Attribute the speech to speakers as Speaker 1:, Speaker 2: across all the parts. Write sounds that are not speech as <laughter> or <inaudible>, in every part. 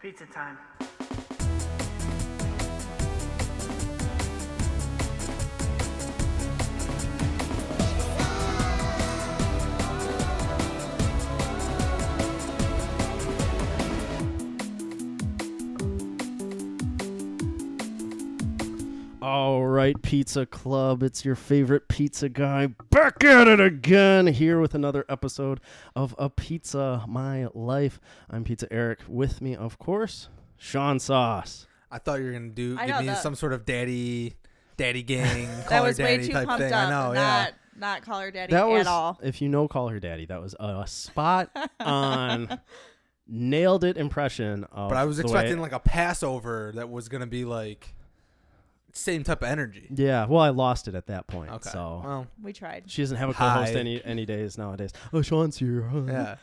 Speaker 1: Pizza time.
Speaker 2: All right, Pizza Club, it's your favorite pizza guy back at it again here with another episode of A Pizza My Life. I'm Pizza Eric. With me, of course, Sean Sauce.
Speaker 3: I thought you were gonna do
Speaker 4: I
Speaker 3: give
Speaker 4: know
Speaker 3: me
Speaker 4: that-
Speaker 3: some sort of daddy,
Speaker 4: <laughs>
Speaker 3: daddy gang,
Speaker 4: That
Speaker 3: call her
Speaker 4: was way
Speaker 3: daddy
Speaker 4: too
Speaker 3: type
Speaker 4: pumped
Speaker 3: thing.
Speaker 4: up.
Speaker 3: I know,
Speaker 4: not,
Speaker 3: yeah.
Speaker 4: Not call her daddy
Speaker 2: That was,
Speaker 4: at all.
Speaker 2: if you know Call Her Daddy, that was a
Speaker 4: <laughs>
Speaker 2: spot on nailed it impression of
Speaker 3: But I was
Speaker 2: the way-
Speaker 3: expecting like a Passover that was gonna be like same type of energy.
Speaker 2: Yeah, well, I lost it at that point.
Speaker 3: Okay.
Speaker 2: So
Speaker 3: Well,
Speaker 4: We tried.
Speaker 2: she doesn't have a co-host
Speaker 3: Hi.
Speaker 2: any any days nowadays. Oh, Sean's here. huh?
Speaker 3: yeah.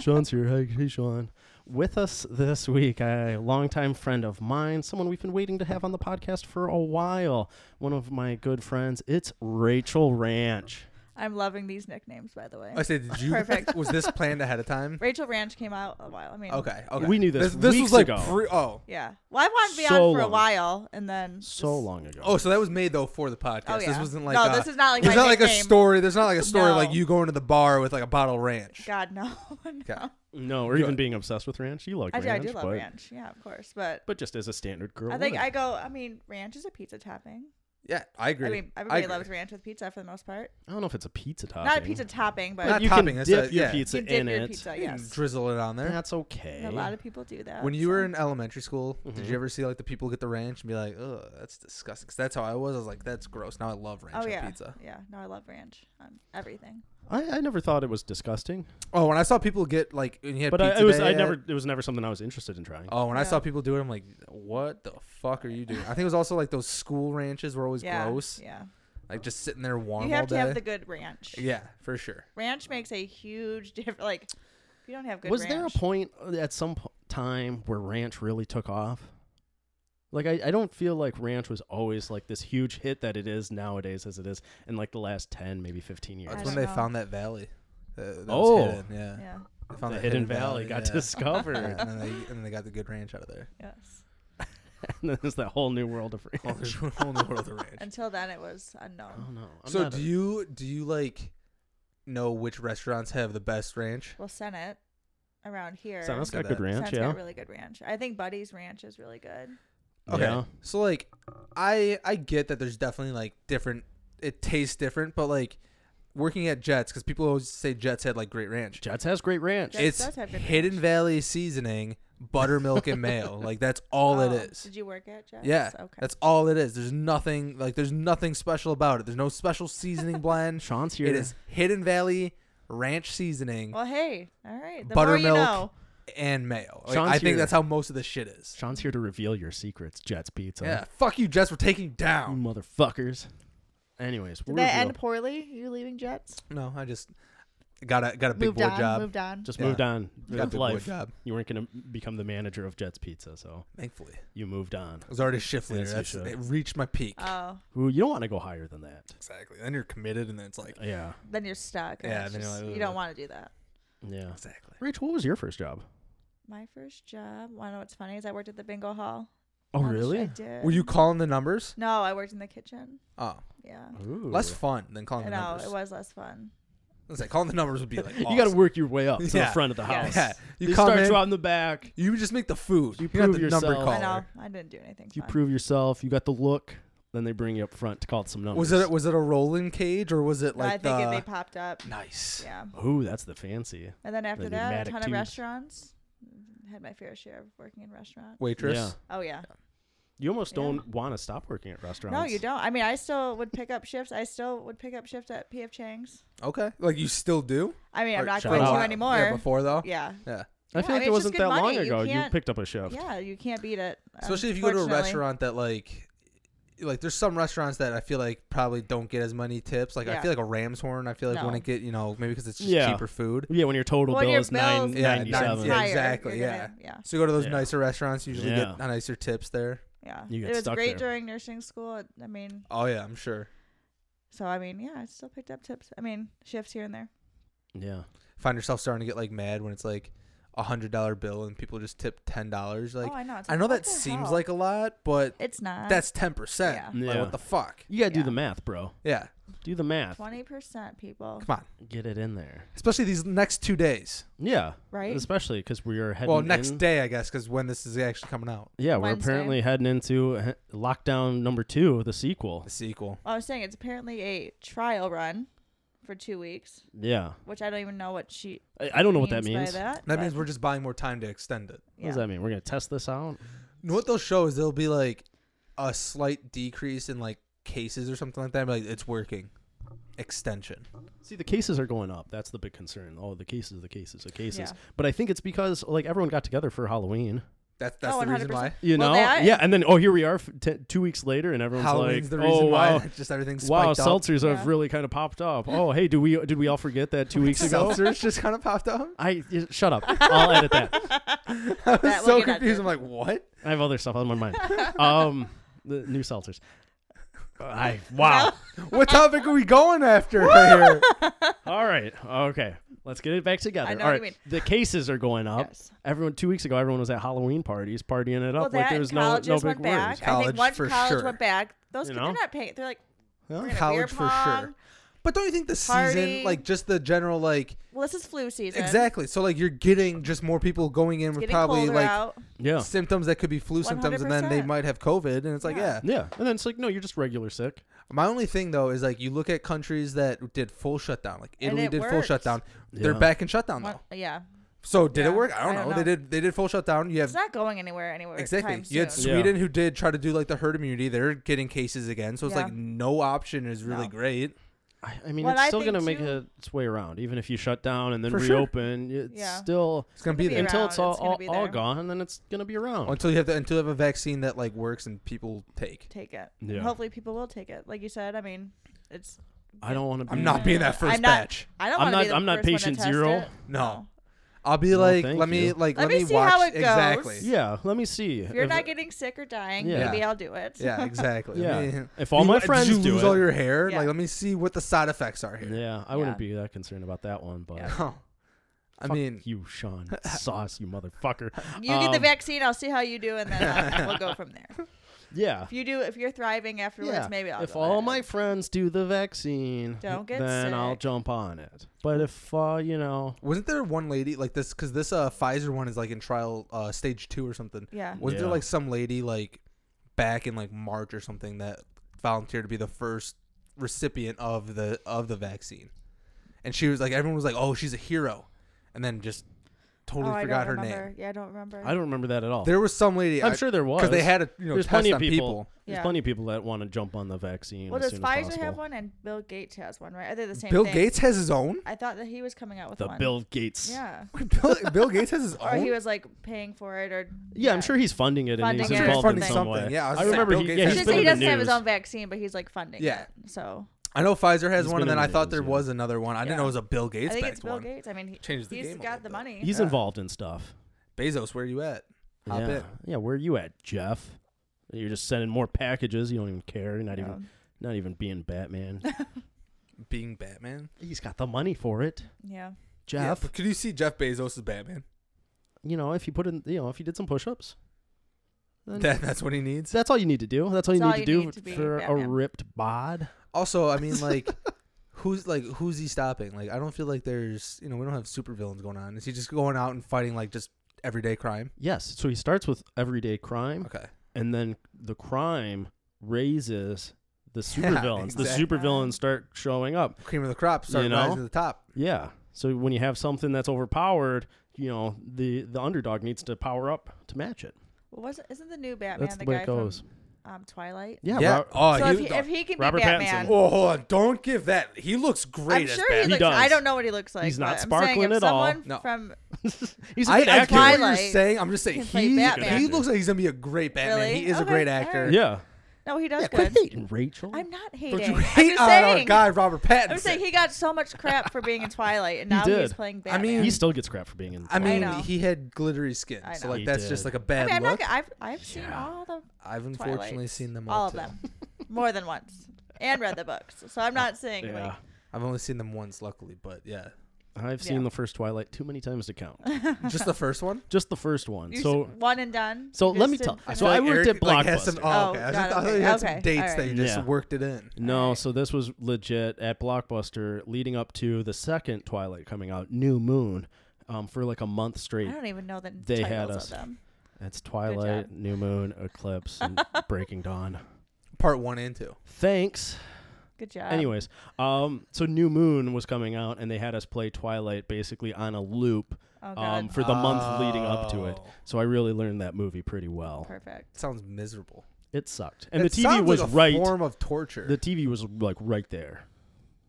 Speaker 2: Sean's here. Hey, hey, Sean. With us this week, a longtime friend of mine, someone we've been waiting to have on the podcast for a while. One of my good friends. It's Rachel Ranch.
Speaker 4: I'm loving these nicknames, by the way.
Speaker 3: I said, did you?
Speaker 4: Perfect.
Speaker 3: Was this planned ahead of
Speaker 4: <laughs>
Speaker 3: time?
Speaker 4: Rachel Ranch came out a while. I mean,
Speaker 3: Okay. Okay.
Speaker 2: We knew this
Speaker 3: This, this
Speaker 2: weeks
Speaker 3: was like
Speaker 2: ago.
Speaker 3: pre. Oh.
Speaker 4: Yeah. Well, I wanted to be
Speaker 2: So
Speaker 4: on for a
Speaker 2: long.
Speaker 4: while, and then
Speaker 2: So
Speaker 4: just-
Speaker 2: long ago.
Speaker 3: Oh, so that was made though for the podcast.
Speaker 4: Oh yeah.
Speaker 3: This wasn't like
Speaker 4: no.
Speaker 3: a,
Speaker 4: this is not like
Speaker 3: there's
Speaker 4: my
Speaker 3: not like a
Speaker 4: nickname.
Speaker 3: story. There's not like a story like
Speaker 4: No.
Speaker 3: you going to the bar with like a bottle of ranch.
Speaker 4: God no. <laughs> no.
Speaker 3: Okay.
Speaker 2: no, or even being obsessed with ranch. You like
Speaker 4: I
Speaker 2: ranch,
Speaker 4: do. I do love
Speaker 2: but,
Speaker 4: ranch. Yeah, of course. But
Speaker 2: but just as a standard girl.
Speaker 4: I think
Speaker 2: would.
Speaker 4: I go. I mean, ranch is a pizza topping.
Speaker 3: Yeah, I agree.
Speaker 4: I mean, everybody
Speaker 3: agree.
Speaker 4: loves ranch with pizza for the most part.
Speaker 2: I don't know if it's a pizza topping.
Speaker 4: Not a pizza topping, but
Speaker 3: Not
Speaker 2: you
Speaker 3: topping,
Speaker 2: can
Speaker 3: it's
Speaker 2: dip
Speaker 3: a-
Speaker 2: your
Speaker 3: yeah.
Speaker 2: pizza
Speaker 4: you dip
Speaker 2: in
Speaker 4: your
Speaker 2: it.
Speaker 4: pizza.
Speaker 3: You can
Speaker 4: Yes.
Speaker 3: drizzle it on there.
Speaker 2: That's okay.
Speaker 4: And a lot of people do that.
Speaker 3: when you were
Speaker 4: so.
Speaker 3: in elementary school, did
Speaker 2: Mhm.
Speaker 3: you ever see like the people get the ranch and be like, "Oh, that's disgusting"? 'Cause that's how I was. I was like, "That's gross." Now I love ranch
Speaker 4: Oh
Speaker 3: on
Speaker 4: yeah,
Speaker 3: pizza.
Speaker 4: yeah. No, I love ranch on everything.
Speaker 2: I, I never thought it was disgusting,
Speaker 3: Oh, when I saw people get like, and you had
Speaker 2: but I,
Speaker 3: pizza
Speaker 2: it was.
Speaker 3: day
Speaker 2: I
Speaker 3: at-
Speaker 2: never. It was never something I was interested in trying.
Speaker 3: Oh, when I
Speaker 4: Yeah.
Speaker 3: saw people do it, I'm like, "What the fuck are you doing?" I think it was also like those school ranches were always
Speaker 4: Yeah,
Speaker 3: gross,
Speaker 4: yeah.
Speaker 3: like just sitting there warm
Speaker 4: you have
Speaker 3: all
Speaker 4: to
Speaker 3: day.
Speaker 4: have the good ranch.
Speaker 3: yeah, for sure.
Speaker 4: Ranch makes a huge difference. Like, if you don't have good
Speaker 2: was
Speaker 4: ranch,
Speaker 2: there a point uh, at some po- time where ranch really took off? Like I, I don't feel like ranch was always like this huge hit that it is nowadays as it is in like the last 10 maybe 15 years.
Speaker 3: That's
Speaker 4: I
Speaker 3: when
Speaker 4: don't
Speaker 3: they
Speaker 4: know.
Speaker 3: found that valley. Uh, that was
Speaker 2: Oh.
Speaker 3: hidden, yeah.
Speaker 4: Yeah.
Speaker 3: They found
Speaker 2: the
Speaker 3: that
Speaker 2: Hidden Valley got
Speaker 3: yeah.
Speaker 2: discovered. <laughs> and
Speaker 3: Yeah, <laughs> and then they and then they got the good ranch out
Speaker 2: <laughs>
Speaker 3: of there.
Speaker 4: Yes.
Speaker 2: then there's that whole new world of
Speaker 3: Oh,
Speaker 2: ranch.
Speaker 3: there's <laughs> a whole new world of ranch.
Speaker 4: Until then, it was
Speaker 2: I
Speaker 4: unknown.
Speaker 3: Oh.
Speaker 2: don't know. I'm
Speaker 3: so
Speaker 2: not
Speaker 3: do
Speaker 2: a-
Speaker 3: you do you like know which restaurants have the best ranch?
Speaker 4: Well, Senate around here.
Speaker 2: Sounds got
Speaker 3: that.
Speaker 2: good ranch,
Speaker 4: Sennett's
Speaker 2: yeah.
Speaker 4: got really good ranch. I think Buddy's Ranch is really good.
Speaker 3: Okay.
Speaker 2: Yeah.
Speaker 3: So like I I get that there's definitely like different it tastes different, but like working at Jets cuz people always say Jets had like great ranch.
Speaker 2: Jets has great ranch.
Speaker 4: Jets does
Speaker 3: it's
Speaker 4: have good
Speaker 3: Hidden
Speaker 4: ranch.
Speaker 3: Valley seasoning, buttermilk and mayo.
Speaker 4: <laughs>
Speaker 3: Like that's all
Speaker 4: Oh,
Speaker 3: it is.
Speaker 4: Did you work at Jets?
Speaker 3: Yeah.
Speaker 4: Okay.
Speaker 3: That's all it is. There's nothing like there's nothing special about it. There's no special
Speaker 4: <laughs>
Speaker 3: seasoning blend.
Speaker 2: Sean's here.
Speaker 3: it is Hidden Valley ranch seasoning
Speaker 4: well, hey, all right. The more
Speaker 3: Buttermilk.
Speaker 4: you know.
Speaker 3: and mayo. Like,
Speaker 2: Sean's
Speaker 3: I think
Speaker 2: here.
Speaker 3: that's how most of the shit is.
Speaker 2: Sean's here to reveal your secrets, Jets pizza.
Speaker 3: Yeah, fuck you, Jess. We're taking you
Speaker 2: You
Speaker 3: down.
Speaker 2: motherfuckers. Anyways,
Speaker 4: Did
Speaker 2: we're
Speaker 4: that
Speaker 2: real-
Speaker 4: end poorly? You leaving Jets?
Speaker 2: Mm.
Speaker 3: No, I just got a got a big
Speaker 4: moved
Speaker 3: boy
Speaker 4: on.
Speaker 3: job.
Speaker 4: Moved on.
Speaker 2: just
Speaker 3: Yeah.
Speaker 2: moved on
Speaker 3: got a
Speaker 2: with
Speaker 3: big boy
Speaker 2: life.
Speaker 3: job.
Speaker 2: You weren't going to become the manager of Jets Pizza, so
Speaker 3: Thankfully, I
Speaker 2: you moved on.
Speaker 3: was already a shift leader.
Speaker 2: Yes, you
Speaker 3: That's,
Speaker 2: should.
Speaker 3: it reached my peak.
Speaker 4: Oh,
Speaker 2: Ooh, you don't want to go higher than that.
Speaker 3: exactly. Then you're committed, and then it's like
Speaker 2: Yeah,
Speaker 4: then you're stuck. and
Speaker 3: Yeah,
Speaker 4: it's
Speaker 3: then you're
Speaker 4: just-
Speaker 3: like,
Speaker 4: you don't
Speaker 3: ugh.
Speaker 4: want to do that.
Speaker 2: yeah.
Speaker 3: exactly.
Speaker 2: Rach, what was your first job?
Speaker 4: My first job. Want to know what's funny? Is I worked at the bingo hall.
Speaker 2: Oh,
Speaker 4: I wish I
Speaker 2: really?
Speaker 4: did.
Speaker 3: Were you calling the numbers?
Speaker 4: No, I worked in the kitchen.
Speaker 3: Oh,
Speaker 4: Yeah.
Speaker 2: Ooh. <laughs>
Speaker 3: less fun than calling
Speaker 4: I
Speaker 3: the
Speaker 4: know
Speaker 3: numbers.
Speaker 4: it was less fun.
Speaker 3: I was like, calling the numbers would be
Speaker 2: <laughs>
Speaker 3: like
Speaker 2: You got to
Speaker 3: awesome.
Speaker 2: work your way up to the
Speaker 3: Yeah.
Speaker 2: front of the
Speaker 4: Yeah.
Speaker 2: house.
Speaker 3: Yeah, you
Speaker 2: they
Speaker 3: come
Speaker 2: start
Speaker 3: in.
Speaker 2: you out in the back.
Speaker 3: You just make the food.
Speaker 2: You
Speaker 3: You're not
Speaker 2: prove
Speaker 3: the number
Speaker 2: yourself.
Speaker 3: caller.
Speaker 4: I know I didn't do anything.
Speaker 2: You
Speaker 4: fun.
Speaker 2: prove yourself. You got the look. Then they bring you up front to call some numbers.
Speaker 3: Was it was it a rolling cage or was it
Speaker 4: No, I
Speaker 3: like uh,
Speaker 4: think it,
Speaker 3: the
Speaker 4: they popped up.
Speaker 3: nice?
Speaker 4: Yeah.
Speaker 2: Ooh, that's the fancy.
Speaker 4: And then after
Speaker 2: Like
Speaker 4: that, a
Speaker 2: pneumatic
Speaker 4: ton
Speaker 2: tube.
Speaker 4: of restaurants. Had my fair share of working in restaurants.
Speaker 3: Waitress.
Speaker 2: Yeah.
Speaker 4: Oh yeah.
Speaker 2: You almost
Speaker 4: Yeah.
Speaker 2: don't want to stop working at restaurants.
Speaker 4: No, you don't. I mean, I still would pick up shifts. I still would pick up shifts at PF Chang's.
Speaker 3: Okay. Like you still do.
Speaker 4: I mean, I'm
Speaker 3: Or-
Speaker 4: not
Speaker 2: shout
Speaker 4: going
Speaker 2: out.
Speaker 4: to
Speaker 2: Yeah,
Speaker 4: anymore.
Speaker 3: Yeah, before though.
Speaker 4: yeah.
Speaker 3: yeah.
Speaker 2: I feel
Speaker 4: Yeah,
Speaker 2: like
Speaker 4: it's
Speaker 2: it
Speaker 4: just
Speaker 2: wasn't
Speaker 4: good
Speaker 2: that long
Speaker 4: money. You
Speaker 2: ago. You,
Speaker 4: can't-
Speaker 2: picked up a shift.
Speaker 4: Yeah, you can't beat it.
Speaker 3: especially if you go to a
Speaker 4: unfortunately.
Speaker 3: restaurant that like like there's some restaurants that I feel like probably don't get as many tips. Like I
Speaker 4: Yeah.
Speaker 3: feel like a Ram's Horn, I feel like
Speaker 4: No.
Speaker 3: wouldn't get you know maybe because it's just
Speaker 2: Yeah.
Speaker 3: cheaper food.
Speaker 2: Yeah, when your total
Speaker 4: Well,
Speaker 2: bill
Speaker 4: your
Speaker 2: is nine
Speaker 4: bill's
Speaker 3: Yeah,
Speaker 2: ninety
Speaker 3: nine-
Speaker 2: seven.
Speaker 3: yeah,
Speaker 4: higher,
Speaker 3: exactly,
Speaker 4: you're
Speaker 3: yeah.
Speaker 4: Gonna, yeah.
Speaker 3: So you go to those
Speaker 2: Yeah.
Speaker 3: nicer restaurants, you usually
Speaker 2: Yeah.
Speaker 3: get nicer tips there.
Speaker 4: Yeah.
Speaker 2: You get
Speaker 4: it was
Speaker 2: stuck
Speaker 4: great
Speaker 2: there.
Speaker 4: during nursing school. It- I mean,
Speaker 3: Oh yeah, I'm sure.
Speaker 4: so I mean, yeah, I still picked up tips. I mean, shifts here and there.
Speaker 2: Yeah.
Speaker 3: Find yourself starting to get like mad when it's like. a hundred dollar bill and people just tip ten dollars. Like
Speaker 4: oh, I know. It's
Speaker 3: I
Speaker 4: like,
Speaker 3: know
Speaker 4: what
Speaker 3: that
Speaker 4: the
Speaker 3: seems
Speaker 4: hell?
Speaker 3: like a lot, but
Speaker 4: it's not.
Speaker 3: that's ten percent.
Speaker 4: yeah.
Speaker 3: Like
Speaker 2: Yeah.
Speaker 3: what the fuck?
Speaker 2: You gotta do
Speaker 4: Yeah.
Speaker 2: the math, bro.
Speaker 3: Yeah.
Speaker 2: Do the math.
Speaker 4: twenty percent people.
Speaker 3: Come on.
Speaker 2: Get it in there.
Speaker 3: Especially these next two days.
Speaker 2: Yeah.
Speaker 4: Right?
Speaker 2: Especially because we are heading.
Speaker 3: Well, next
Speaker 2: in-
Speaker 3: day I guess, because when this is actually coming out,
Speaker 2: Yeah, we're
Speaker 4: Wednesday.
Speaker 2: apparently heading into uh, lockdown number two, the sequel.
Speaker 3: the sequel.
Speaker 4: Well, I was saying it's apparently a trial run for two weeks,
Speaker 2: Yeah.
Speaker 4: which I don't even know what she.
Speaker 2: I, I don't know what that
Speaker 4: means
Speaker 2: means.
Speaker 4: By that
Speaker 3: That
Speaker 4: but-
Speaker 3: means we're just buying more time to extend it.
Speaker 2: What does
Speaker 4: yeah.
Speaker 2: that mean? We're gonna test this out.
Speaker 3: You know what they'll show is there'll be like a slight decrease in like cases or something like that. But like it's working. Extension.
Speaker 2: See, the cases are going up. That's the big concern. Oh, the cases, the cases, the cases.
Speaker 4: Yeah.
Speaker 2: But I think it's because like everyone got together for Halloween.
Speaker 3: That's that's
Speaker 4: Oh,
Speaker 3: the reason
Speaker 4: 100%.
Speaker 3: why.
Speaker 2: You
Speaker 4: Well,
Speaker 2: know?
Speaker 4: that-
Speaker 2: yeah. And then oh, here we are, f- t- two weeks later, and everyone's
Speaker 3: Halloween's
Speaker 2: like,
Speaker 3: the
Speaker 2: oh
Speaker 3: reason why
Speaker 2: wow,
Speaker 3: just everything's
Speaker 2: wow,
Speaker 3: spiked up.
Speaker 2: seltzers have
Speaker 4: Yeah.
Speaker 2: really kind of popped up. Oh, hey, do we did we all forget that two weeks ago?
Speaker 3: Seltzers just kind of popped up.
Speaker 2: I y- shut up. I'll edit that.
Speaker 3: I was
Speaker 4: That will
Speaker 3: <laughs> so
Speaker 4: get
Speaker 3: confused.
Speaker 4: edited.
Speaker 3: I'm like, what?
Speaker 2: I have other stuff on my mind. Um, the new seltzers. I wow.
Speaker 3: What topic are we going
Speaker 4: <laughs>
Speaker 3: after right here?
Speaker 2: All right. Okay. Let's get it back together.
Speaker 4: I know
Speaker 2: All
Speaker 4: what you
Speaker 2: right.
Speaker 4: mean.
Speaker 2: The cases are going up.
Speaker 4: Yes.
Speaker 2: Everyone two weeks ago, everyone was at Halloween parties, partying it
Speaker 4: Well,
Speaker 2: up
Speaker 4: that
Speaker 2: like there was no
Speaker 4: colleges
Speaker 2: no big
Speaker 4: went back.
Speaker 2: worries.
Speaker 4: I
Speaker 3: College
Speaker 4: think once
Speaker 3: for
Speaker 4: college
Speaker 3: sure.
Speaker 4: went back, those
Speaker 2: You
Speaker 4: kids
Speaker 2: know?
Speaker 4: are not paying. They're like,
Speaker 3: Well,
Speaker 4: gonna beer
Speaker 3: college for sure.
Speaker 4: pong.
Speaker 3: But don't you think the season,
Speaker 4: Party.
Speaker 3: like just the general, like
Speaker 4: well, this is flu season.
Speaker 3: exactly? So like you're getting just more people going in with
Speaker 4: Getting
Speaker 3: probably
Speaker 4: colder
Speaker 3: like
Speaker 4: out.
Speaker 2: Yeah.
Speaker 3: symptoms that could be flu symptoms, and then they
Speaker 4: 100%.
Speaker 3: might have COVID, and it's like yeah.
Speaker 4: Yeah.
Speaker 2: Yeah. And then it's like, no, you're just regular sick.
Speaker 3: My only thing though is like you look at countries that did full shutdown, like
Speaker 4: And
Speaker 3: Italy
Speaker 4: it
Speaker 3: did full
Speaker 4: works.
Speaker 3: shutdown. They're
Speaker 2: Yeah.
Speaker 3: back in shutdown
Speaker 4: One-
Speaker 3: though.
Speaker 4: yeah.
Speaker 3: So did it
Speaker 4: Yeah,
Speaker 3: work? I don't,
Speaker 4: I don't
Speaker 3: know.
Speaker 4: know.
Speaker 3: They did. They did full shutdown. You have
Speaker 4: It's not going anywhere anywhere.
Speaker 3: Exactly.
Speaker 4: anytime
Speaker 3: You had
Speaker 4: soon.
Speaker 2: Yeah.
Speaker 3: Sweden who did try to do like the herd immunity. They're getting cases again, so it's
Speaker 4: Yeah.
Speaker 3: like no option is really
Speaker 4: No.
Speaker 3: great.
Speaker 2: I, I mean,
Speaker 4: What
Speaker 2: it's
Speaker 4: I
Speaker 2: still
Speaker 4: think,
Speaker 2: going to make
Speaker 4: too-
Speaker 2: it its way around. Even if you shut down and then
Speaker 3: For sure.
Speaker 2: reopen, it's
Speaker 4: Yeah.
Speaker 2: still,
Speaker 3: It's gonna,
Speaker 4: gonna
Speaker 3: be
Speaker 4: be
Speaker 3: there
Speaker 2: until it's
Speaker 4: around,
Speaker 2: all,
Speaker 4: it's gonna
Speaker 2: all,
Speaker 4: be
Speaker 2: all
Speaker 4: there.
Speaker 2: gone, then it's going to be around.
Speaker 3: until you have the, until you have a vaccine that like works and people take.
Speaker 4: Take it.
Speaker 2: Yeah.
Speaker 4: Hopefully, people will take it. Like you said, I mean, it's.
Speaker 2: I don't want to be.
Speaker 3: I'm not being that 1st
Speaker 4: I'm not-
Speaker 3: batch.
Speaker 4: I don't.
Speaker 2: I'm
Speaker 4: wanna
Speaker 2: not-
Speaker 4: Be the
Speaker 2: I'm not
Speaker 4: first one to
Speaker 2: patient
Speaker 4: test
Speaker 2: zero.
Speaker 4: it.
Speaker 3: No. I'll be like,
Speaker 2: thank
Speaker 3: let me
Speaker 2: you.
Speaker 3: like
Speaker 4: Let
Speaker 3: let,
Speaker 4: me see
Speaker 3: watch
Speaker 4: how it goes.
Speaker 3: exactly.
Speaker 2: Yeah. Let me see.
Speaker 4: If you're
Speaker 2: If-
Speaker 4: not getting sick or dying,
Speaker 2: Yeah.
Speaker 4: maybe I'll do it.
Speaker 3: Yeah, exactly.
Speaker 2: Yeah.
Speaker 3: Let me-
Speaker 2: If all
Speaker 3: You-
Speaker 2: my
Speaker 3: did
Speaker 2: friends
Speaker 3: you
Speaker 2: do
Speaker 3: lose
Speaker 2: it-
Speaker 3: <laughs> all your hair,
Speaker 4: Yeah.
Speaker 3: like let me see what the side effects are here. <laughs>
Speaker 2: yeah. I wouldn't be that concerned about that one, but. <laughs>
Speaker 3: Huh. I
Speaker 2: Fuck
Speaker 3: mean,
Speaker 2: you, Sean. <laughs> Sauce, you motherfucker.
Speaker 4: You get the
Speaker 2: Um,
Speaker 4: vaccine. I'll see how you do, and
Speaker 3: <laughs>
Speaker 4: then uh, we'll go from there.
Speaker 2: Yeah.
Speaker 4: If you do, if you're thriving afterwards,
Speaker 2: Yeah.
Speaker 4: maybe I'll.
Speaker 2: if
Speaker 4: go
Speaker 2: all
Speaker 4: ahead.
Speaker 2: my friends do the vaccine,
Speaker 4: Don't get
Speaker 2: then I'll
Speaker 4: sick.
Speaker 2: jump on it. But if uh, you know,
Speaker 3: wasn't there one lady like this? Because this uh, Pfizer one is like in trial uh, stage two or something.
Speaker 4: yeah,
Speaker 3: Was
Speaker 2: Yeah.
Speaker 3: there like some lady like back in like March or something that volunteered to be the first recipient of the of the vaccine? And she was like everyone was like, "Oh, she's a hero." And then just totally
Speaker 4: oh, I
Speaker 3: forgot
Speaker 4: don't
Speaker 3: her
Speaker 4: remember.
Speaker 3: name.
Speaker 4: Yeah, I don't remember.
Speaker 2: I don't remember that at all.
Speaker 3: There was some lady
Speaker 2: Oh. I'm sure there was
Speaker 3: cuz they had a you know
Speaker 2: There's
Speaker 3: test
Speaker 2: plenty
Speaker 3: on
Speaker 2: of
Speaker 3: people.
Speaker 2: people. There's
Speaker 4: Yeah.
Speaker 2: plenty of people that want to jump on the vaccine.
Speaker 4: well,
Speaker 2: as
Speaker 4: does
Speaker 2: soon as
Speaker 4: Pfizer
Speaker 2: possible.
Speaker 4: have one and Bill Gates has one, right? Are they the same?
Speaker 3: Bill
Speaker 4: thing?
Speaker 3: Gates has his own? <laughs>
Speaker 4: I thought that he was coming out with
Speaker 2: The
Speaker 4: one.
Speaker 2: Bill Gates.
Speaker 4: Yeah.
Speaker 3: Bill, Bill Gates has his
Speaker 4: <laughs> Or he
Speaker 3: own.
Speaker 4: was like paying for it, or
Speaker 2: Yeah, I'm sure he's funding it
Speaker 4: Funding
Speaker 2: and
Speaker 4: it
Speaker 2: he's
Speaker 4: or
Speaker 2: involved in
Speaker 4: something.
Speaker 2: some way.
Speaker 3: Something, yeah, I was
Speaker 2: I
Speaker 3: gonna say,
Speaker 2: remember
Speaker 3: Bill
Speaker 2: he,
Speaker 3: Gates
Speaker 2: yeah,
Speaker 3: has
Speaker 4: He
Speaker 2: he's
Speaker 4: just-
Speaker 2: been
Speaker 4: he
Speaker 2: in the
Speaker 4: doesn't
Speaker 2: news.
Speaker 4: have his own vaccine, but he's like funding
Speaker 3: Yeah.
Speaker 4: it. So
Speaker 3: I know Pfizer has
Speaker 2: He's
Speaker 3: one
Speaker 2: been
Speaker 3: and then
Speaker 2: in
Speaker 3: I
Speaker 2: the
Speaker 3: thought
Speaker 2: news,
Speaker 3: there
Speaker 2: yeah.
Speaker 3: was another one. I didn't know it was a Bill
Speaker 4: I
Speaker 3: Gates
Speaker 4: think
Speaker 3: backed
Speaker 4: it's Bill
Speaker 3: one.
Speaker 4: Gates. I mean, he,
Speaker 3: Changes the
Speaker 4: he's
Speaker 3: game a
Speaker 4: got
Speaker 3: little
Speaker 4: the
Speaker 3: bit.
Speaker 4: money.
Speaker 2: He's
Speaker 4: <laughs>
Speaker 3: Yeah.
Speaker 2: involved in stuff.
Speaker 3: Bezos, where you at? Hop
Speaker 2: yeah.
Speaker 3: in.
Speaker 2: yeah, where you at, Jeff? You're just sending more packages. You don't even care. You're not
Speaker 4: Yeah.
Speaker 2: even not even being Batman.
Speaker 3: Being Batman.
Speaker 2: he's got the money for it.
Speaker 4: <laughs> yeah.
Speaker 3: Yeah,
Speaker 2: Jeff,
Speaker 3: but could you see Jeff Bezos as
Speaker 4: <laughs>
Speaker 3: Batman?
Speaker 2: you know, if you put in, you know, if you did some push-ups, then
Speaker 3: That, that's what he needs.
Speaker 2: So that's all you need to do. That's all you
Speaker 4: That's
Speaker 2: need
Speaker 4: all you
Speaker 2: to
Speaker 4: need to
Speaker 2: do
Speaker 4: be
Speaker 2: for a
Speaker 4: Batman.
Speaker 2: ripped bod.
Speaker 3: Also, I mean, like, <laughs> who's like who's he stopping? Like, I don't feel like there's you know we don't have supervillains going on. Is he just going out and fighting like just everyday crime?
Speaker 2: <laughs> Yes. So he starts with everyday crime,
Speaker 3: Okay,
Speaker 2: and then the crime raises the supervillains.
Speaker 3: exactly.
Speaker 2: The supervillains start showing up.
Speaker 3: cream of the crop, start
Speaker 2: You know?
Speaker 3: rising to the top.
Speaker 2: Yeah. So when you have something that's overpowered, you know the the underdog needs to power up to match it.
Speaker 4: Well, was isn't the new Batman
Speaker 2: That's
Speaker 4: the,
Speaker 2: the way
Speaker 4: guy
Speaker 2: it goes.
Speaker 4: from um, Twilight?
Speaker 2: Yeah.
Speaker 3: yeah.
Speaker 2: Ro-
Speaker 3: Oh,
Speaker 4: so
Speaker 3: he,
Speaker 4: if he, if he can
Speaker 2: Robert
Speaker 4: be Batman,
Speaker 2: Pattinson.
Speaker 3: oh, hold on! Don't give that. He looks great
Speaker 4: I'm
Speaker 3: as
Speaker 4: sure he
Speaker 3: Batman.
Speaker 4: looks.
Speaker 2: does.
Speaker 4: I don't know what he looks like.
Speaker 2: He's not
Speaker 4: but I'm saying
Speaker 2: sparkling
Speaker 4: if
Speaker 2: at all.
Speaker 4: someone
Speaker 3: No.
Speaker 4: From
Speaker 2: he's a
Speaker 3: I,
Speaker 2: good
Speaker 3: I
Speaker 2: actor.
Speaker 3: get what you're
Speaker 4: Twilight
Speaker 3: saying. I'm just saying
Speaker 4: can play
Speaker 3: he
Speaker 4: Batman.
Speaker 3: he looks like he's gonna be a great Batman.
Speaker 4: Really?
Speaker 3: He is a
Speaker 4: Okay,
Speaker 3: great
Speaker 4: all right.
Speaker 3: actor.
Speaker 2: yeah.
Speaker 4: no, he does
Speaker 2: Yeah. Quit
Speaker 4: good.
Speaker 2: hating Rachel.
Speaker 4: I'm not hating.
Speaker 3: Don't you
Speaker 4: I'm
Speaker 2: Oh,
Speaker 3: hate
Speaker 4: just
Speaker 3: on our
Speaker 4: saying.
Speaker 3: guy Robert Pattinson?
Speaker 4: I'm saying he got so much crap for being in Twilight, and
Speaker 2: He
Speaker 4: now he's
Speaker 2: did.
Speaker 4: playing
Speaker 3: I
Speaker 4: Batman.
Speaker 3: mean,
Speaker 2: he still gets crap for being in.
Speaker 3: I mean,
Speaker 4: know.
Speaker 3: he had glittery skin,
Speaker 4: I
Speaker 3: so
Speaker 4: know.
Speaker 3: like
Speaker 2: He
Speaker 3: that's
Speaker 2: did.
Speaker 3: just like a
Speaker 4: I
Speaker 3: bad
Speaker 4: mean, I'm not.
Speaker 3: look.
Speaker 4: gonna- I've I've seen
Speaker 2: Yeah.
Speaker 4: all the
Speaker 3: I've
Speaker 4: Twilight.
Speaker 3: unfortunately seen them all,
Speaker 4: all of
Speaker 3: too. <laughs>
Speaker 4: them, more than once, and read the books. So I'm not saying
Speaker 2: yeah.
Speaker 4: like
Speaker 3: I've only seen them once, luckily, but yeah.
Speaker 2: I've
Speaker 4: Yeah.
Speaker 2: seen the first Twilight too many times to
Speaker 4: <laughs>
Speaker 2: count.
Speaker 3: Just the first one.
Speaker 2: Just the first one.
Speaker 4: You
Speaker 2: so
Speaker 4: s- one and done.
Speaker 2: so let
Speaker 4: You just
Speaker 2: me
Speaker 4: did-
Speaker 2: tell-
Speaker 4: I
Speaker 2: so
Speaker 3: feel
Speaker 2: I
Speaker 4: feel
Speaker 3: like
Speaker 2: worked
Speaker 3: Eric,
Speaker 2: at
Speaker 3: like, has some-
Speaker 2: Blockbuster.
Speaker 3: oh, okay. I,
Speaker 4: Oh,
Speaker 3: was-
Speaker 4: got it,
Speaker 3: I thought you had
Speaker 4: okay,
Speaker 3: some dates
Speaker 4: alright.
Speaker 3: that you just
Speaker 2: Yeah.
Speaker 3: worked it in.
Speaker 2: No,
Speaker 4: Alright.
Speaker 2: so this was legit at Blockbuster leading up to the second Twilight coming out, New Moon, um, for like a month
Speaker 4: I
Speaker 2: straight.
Speaker 4: don't even know the
Speaker 2: They had
Speaker 4: titles
Speaker 2: us.
Speaker 4: of them.
Speaker 2: It's Twilight, New Moon, Eclipse, and
Speaker 4: <laughs>
Speaker 2: Breaking Dawn.
Speaker 3: Part one and two.
Speaker 2: Thanks.
Speaker 4: Good job.
Speaker 2: Anyways, um, so New Moon was coming out, and they had us play Twilight basically on a loop
Speaker 4: oh god,
Speaker 2: um, for the month leading up to it.
Speaker 3: Oh.
Speaker 2: So I really learned that movie pretty well.
Speaker 4: perfect.
Speaker 3: Sounds miserable.
Speaker 2: It sucked, and
Speaker 3: That
Speaker 2: the TV
Speaker 3: sounds
Speaker 2: was
Speaker 3: like a
Speaker 2: right.
Speaker 3: Form of torture.
Speaker 2: The TV was like right there,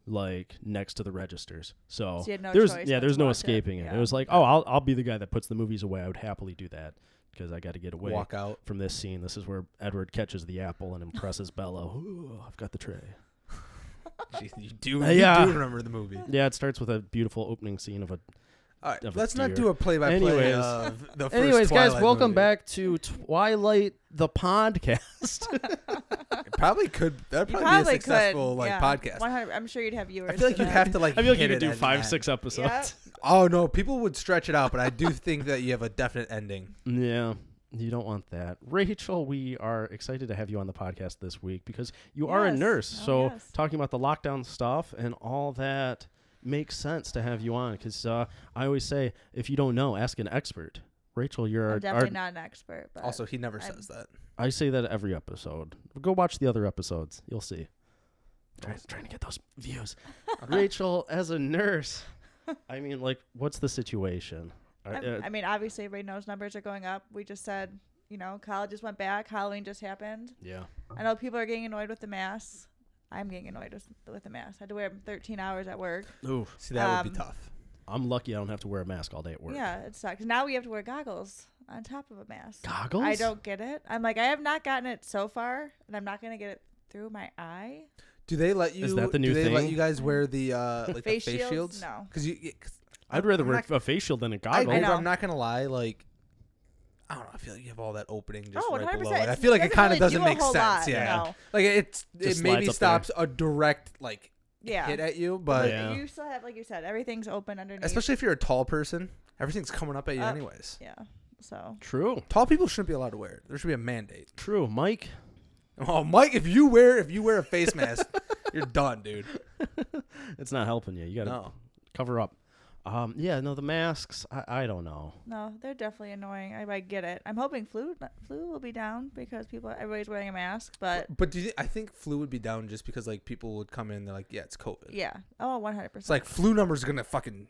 Speaker 2: like next to the registers. So,
Speaker 4: So you had no
Speaker 2: oh, there's
Speaker 4: choice
Speaker 2: yeah,
Speaker 4: but
Speaker 2: there's
Speaker 4: to
Speaker 2: no
Speaker 4: watch it.
Speaker 2: escaping it. It
Speaker 4: Yeah.
Speaker 2: was like, oh, I'll I'll be the guy that puts the movies away. I would happily do that because I got to get away
Speaker 3: Walk out.
Speaker 2: from this scene. This is where Edward catches the apple and impresses Bella. Ooh, I've got the tray.
Speaker 3: Jeez, <laughs> you do.
Speaker 2: Uh,
Speaker 3: you
Speaker 2: yeah.
Speaker 3: do remember the movie.
Speaker 2: Yeah, it starts with a beautiful opening scene of a.
Speaker 3: All right.
Speaker 2: Of a
Speaker 3: Let's not
Speaker 2: deer.
Speaker 3: do a play-by-play
Speaker 2: Anyways.
Speaker 3: of
Speaker 2: <laughs>
Speaker 3: the first
Speaker 2: Anyways, guys,
Speaker 3: Twilight
Speaker 2: welcome
Speaker 3: movie.
Speaker 2: back to Twilight the podcast.
Speaker 3: It probably could. That'd
Speaker 4: You
Speaker 3: probably, be a successful like podcast.
Speaker 4: 100, I'm sure you'd have viewers.
Speaker 3: I feel like
Speaker 4: to
Speaker 3: you'd
Speaker 4: that.
Speaker 3: have to
Speaker 2: <laughs>
Speaker 3: like.
Speaker 2: I feel like you
Speaker 3: hit
Speaker 2: could
Speaker 3: it
Speaker 2: do
Speaker 3: at
Speaker 2: five,
Speaker 3: an
Speaker 2: six episodes.
Speaker 3: end. Oh no, people would stretch it out, but I do
Speaker 4: <laughs>
Speaker 3: think that you have a definite ending.
Speaker 2: <laughs> Yeah, you don't want that. Rachel, we are excited to have you on the podcast this week because you are a
Speaker 4: Yes.
Speaker 2: nurse.
Speaker 4: Oh,
Speaker 2: so
Speaker 4: yes.
Speaker 2: talking about the lockdown stuff and all that makes sense to have you on because uh, I always say if you don't know, ask an expert. Rachel, you're
Speaker 4: I'm
Speaker 2: our,
Speaker 4: definitely
Speaker 2: our-
Speaker 4: not an expert, but
Speaker 3: Also, he never
Speaker 4: I'm-
Speaker 3: says that.
Speaker 2: I say that every episode. Go watch the other episodes. You'll see. Try, trying to get those
Speaker 4: <laughs>
Speaker 2: views. Rachel, as a nurse, I mean, like, what's the situation? I-
Speaker 4: I'm-
Speaker 2: uh,
Speaker 4: I mean, obviously, everybody knows numbers are going up. We just said, you know, college just went back. Halloween just happened.
Speaker 2: yeah.
Speaker 4: I know people are getting annoyed with the mask. I'm getting annoyed with, with the mask. I had to wear 13 hours at work.
Speaker 2: Ooh,
Speaker 3: See, that would be
Speaker 4: Um,
Speaker 3: tough.
Speaker 2: I'm lucky I don't have to wear a mask all day at work.
Speaker 4: Yeah, it sucks. Now we have to wear goggles on top of a mask.
Speaker 2: Goggles?
Speaker 4: I don't get it. I'm like, I have not gotten it so far, and I'm not gonna get it through my eye.
Speaker 3: Do they let you?
Speaker 2: Is that the new
Speaker 3: do they
Speaker 2: thing?
Speaker 3: Let you guys wear the uh, like
Speaker 4: Face
Speaker 3: the face
Speaker 4: shields?
Speaker 3: shields?
Speaker 4: No.
Speaker 3: because you. yeah, 'cause
Speaker 2: I'd rather
Speaker 3: I'm
Speaker 2: wear
Speaker 3: not-
Speaker 2: a facial than a
Speaker 3: I,
Speaker 2: goggle.
Speaker 4: I know.
Speaker 3: am not gonna lie. Like, I don't know. I feel like you have all that opening just
Speaker 4: oh,
Speaker 3: right
Speaker 4: 100%.
Speaker 3: below it. I
Speaker 4: It's-
Speaker 3: feel like it
Speaker 4: doesn't
Speaker 3: kind of
Speaker 4: really
Speaker 3: doesn't
Speaker 4: do a
Speaker 3: make
Speaker 4: whole
Speaker 3: sense.
Speaker 4: lot,
Speaker 3: yeah,
Speaker 4: no.
Speaker 3: like it's
Speaker 2: Just
Speaker 3: it
Speaker 2: slides
Speaker 3: maybe
Speaker 2: up there.
Speaker 3: stops a direct like
Speaker 4: Yeah.
Speaker 3: hit at you,
Speaker 4: But
Speaker 3: but
Speaker 2: Yeah.
Speaker 4: you still have, like you said, everything's open underneath.
Speaker 3: especially if you're a tall person, everything's coming up at you
Speaker 4: Up.
Speaker 3: anyways.
Speaker 4: Uh, Yeah. So.
Speaker 2: True.
Speaker 3: Tall people shouldn't be allowed to wear it. There should be a mandate. <laughs>
Speaker 2: True. Mike,
Speaker 3: Oh, Mike, if you wear if you wear a face mask, <laughs> you're done, dude.
Speaker 2: it's not helping you. You got to
Speaker 3: No.
Speaker 2: cover up. Um, yeah, no, the masks, I, I don't know.
Speaker 4: No, they're definitely annoying. I, I get it. I'm hoping flu flu will be down because people everybody's wearing a mask, but
Speaker 3: But do you, I think flu would be down just because like people would come in, they're like, yeah, it's COVID.
Speaker 4: yeah. Oh, 100%.
Speaker 3: It's like flu numbers gonna fucking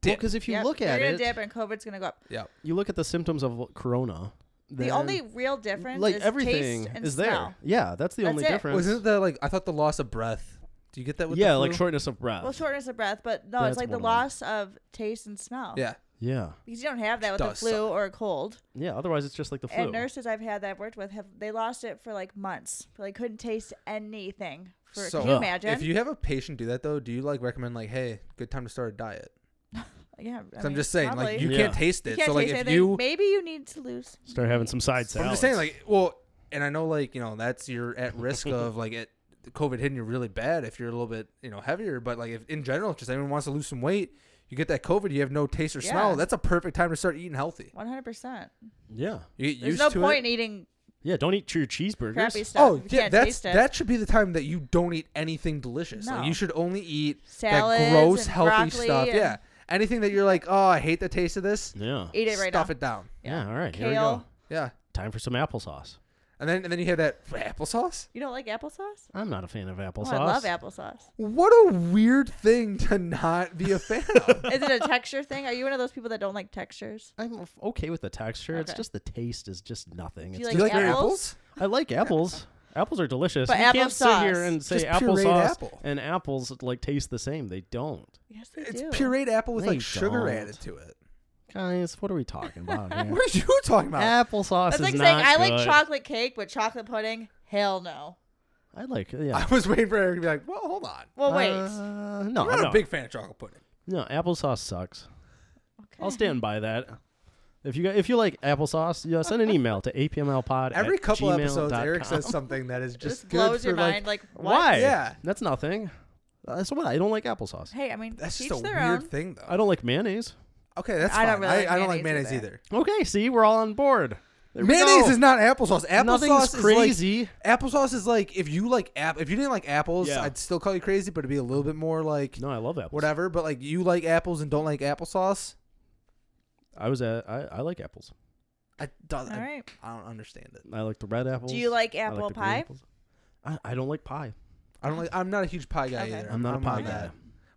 Speaker 3: dip.
Speaker 2: Because if you
Speaker 4: Yep,
Speaker 2: look at
Speaker 4: you're
Speaker 2: it,
Speaker 4: gonna dip and COVID's going to go up.
Speaker 3: yeah,
Speaker 2: you look at the symptoms of corona.
Speaker 4: The
Speaker 2: then-
Speaker 4: only real difference
Speaker 2: like
Speaker 4: is
Speaker 2: everything
Speaker 4: taste and
Speaker 2: is there.
Speaker 4: smell.
Speaker 2: Yeah, that's the
Speaker 4: That's
Speaker 2: only
Speaker 4: it.
Speaker 2: difference.
Speaker 3: wasn't that like I thought the loss of breath? Do you get that with the
Speaker 2: yeah, like
Speaker 3: flu?
Speaker 2: shortness of breath.
Speaker 4: Well, shortness of breath, but no,
Speaker 2: That's
Speaker 4: it's like the
Speaker 2: one of them.
Speaker 4: loss of taste and smell.
Speaker 3: Yeah,
Speaker 2: yeah,
Speaker 4: Because you don't have that with the
Speaker 3: Does
Speaker 4: flu
Speaker 3: suck.
Speaker 4: or a cold.
Speaker 2: yeah. Otherwise, it's just like the flu.
Speaker 4: And nurses I've had that I've worked with have they lost it for like months. They couldn't taste anything. For
Speaker 3: So,
Speaker 4: can you
Speaker 2: Ugh.
Speaker 4: imagine?
Speaker 3: if you have a patient do that though, do you like recommend like, hey, good time to start a diet?
Speaker 4: yeah, I
Speaker 3: 'Cause
Speaker 4: mean,
Speaker 3: I'm just saying,
Speaker 4: probably.
Speaker 3: like you
Speaker 2: Yeah.
Speaker 3: can't taste it.
Speaker 4: <laughs> You can't
Speaker 3: so like
Speaker 4: taste
Speaker 3: if
Speaker 4: anything.
Speaker 3: you
Speaker 4: maybe you need to lose.
Speaker 2: Start having some side salads.
Speaker 3: I'm just saying, like, well, and I know, like, you know, that's you're at risk of like it, COVID hitting you really bad if you're a little bit, you know, heavier. But like, if in general, if just anyone wants to lose some weight, you get that COVID, you have no taste or
Speaker 4: Yeah.
Speaker 3: smell. That's a perfect time to start eating healthy.
Speaker 4: One hundred percent.
Speaker 2: yeah,
Speaker 3: You get
Speaker 4: There's
Speaker 3: used
Speaker 4: no
Speaker 3: to it.
Speaker 4: point in eating
Speaker 2: yeah. Don't eat your cheeseburgers.
Speaker 4: crappy stuff.
Speaker 3: Oh
Speaker 4: if you
Speaker 3: yeah,
Speaker 4: can't
Speaker 3: that's
Speaker 4: taste it.
Speaker 3: that should be the time that you don't eat anything delicious. Like,
Speaker 4: No.
Speaker 3: you should only eat
Speaker 4: Salads
Speaker 3: that gross,
Speaker 4: and
Speaker 3: healthy
Speaker 4: broccoli
Speaker 3: stuff.
Speaker 4: and-
Speaker 3: Yeah, anything that you're like, oh, I hate the taste of this.
Speaker 2: Yeah.
Speaker 4: Eat it right
Speaker 3: stuff
Speaker 4: now.
Speaker 3: it down.
Speaker 2: yeah. All right. Here we go.
Speaker 4: Kale.
Speaker 3: Yeah,
Speaker 2: Time for some applesauce.
Speaker 3: and then and then you have that applesauce.
Speaker 4: You don't like applesauce?
Speaker 2: I'm not a fan of
Speaker 4: Oh,
Speaker 2: applesauce.
Speaker 4: I love applesauce.
Speaker 3: What a weird thing to not be a fan
Speaker 4: <laughs>
Speaker 3: of.
Speaker 4: Is it a texture thing? Are you one of those people that don't like textures?
Speaker 2: I'm f- okay with the texture. It's
Speaker 4: Okay.
Speaker 2: just the taste is just nothing. It's
Speaker 4: Do you
Speaker 3: Do you like your
Speaker 4: apples?
Speaker 3: apples?
Speaker 2: I like apples. Apples are delicious.
Speaker 4: But
Speaker 2: you can't sit here
Speaker 4: applesauce-
Speaker 2: and say
Speaker 3: Just pureed
Speaker 2: applesauce
Speaker 3: apple.
Speaker 2: and apples like taste the same. They don't.
Speaker 4: Yes, they
Speaker 3: It's
Speaker 4: do.
Speaker 3: pureed apple with
Speaker 2: They
Speaker 3: like sugar
Speaker 2: don't.
Speaker 3: added to it.
Speaker 2: Guys, what are we talking about here?
Speaker 3: <laughs> What are you talking about?
Speaker 4: Uh,
Speaker 2: applesauce
Speaker 4: That's
Speaker 2: is
Speaker 4: like saying
Speaker 2: not
Speaker 4: I like
Speaker 2: good.
Speaker 4: chocolate cake, but chocolate pudding, hell no.
Speaker 2: I like yeah.
Speaker 4: <laughs>
Speaker 3: I was waiting for Eric to be like, well, hold on.
Speaker 4: Well, Oh, wait.
Speaker 2: Uh, no,
Speaker 3: I'm not
Speaker 2: no.
Speaker 3: a big fan of chocolate pudding.
Speaker 2: no, applesauce sucks.
Speaker 4: okay.
Speaker 2: I'll stand by that. If you got, if you like applesauce, yeah, send an email to apmlpod.
Speaker 3: Every couple
Speaker 2: at
Speaker 3: episodes,
Speaker 2: gmail.com.
Speaker 3: Eric says something that is
Speaker 4: Just
Speaker 3: just good
Speaker 4: blows
Speaker 3: for
Speaker 4: your
Speaker 3: like,
Speaker 4: mind. Like what?
Speaker 2: why?
Speaker 3: Yeah.
Speaker 2: that's nothing. Uh, so what? I don't like applesauce.
Speaker 4: Hey, I mean,
Speaker 3: That's
Speaker 4: each
Speaker 3: just a
Speaker 4: their
Speaker 3: weird
Speaker 4: own.
Speaker 3: thing, though.
Speaker 2: I don't like mayonnaise.
Speaker 3: Okay, that's
Speaker 4: I
Speaker 3: fine.
Speaker 4: don't really like
Speaker 3: I, I don't like
Speaker 4: mayonnaise
Speaker 3: mayonnaise
Speaker 4: either.
Speaker 3: either.
Speaker 2: Okay, see, we're all on board. There we
Speaker 3: Mayonnaise
Speaker 2: go.
Speaker 3: is not applesauce.
Speaker 2: Nothing's
Speaker 3: Applesauce is like
Speaker 2: crazy.
Speaker 3: applesauce is like if you like app if you didn't like apples,
Speaker 2: Yeah.
Speaker 3: I'd still call you crazy, but it'd be a little bit more like
Speaker 2: no, I love apples.
Speaker 3: whatever. But like you like apples and don't like applesauce,
Speaker 2: I was at, I, I like apples.
Speaker 3: I don't.
Speaker 4: All
Speaker 3: I,
Speaker 4: right.
Speaker 3: I don't understand it.
Speaker 2: I like the red apples.
Speaker 4: Do you like
Speaker 2: I like
Speaker 4: apple
Speaker 2: the green
Speaker 4: pie?
Speaker 2: apples. I, I don't like pie.
Speaker 3: I don't like. I'm not a huge pie guy
Speaker 4: Okay.
Speaker 3: either.
Speaker 2: I'm not a pie
Speaker 3: on
Speaker 2: guy.
Speaker 3: that.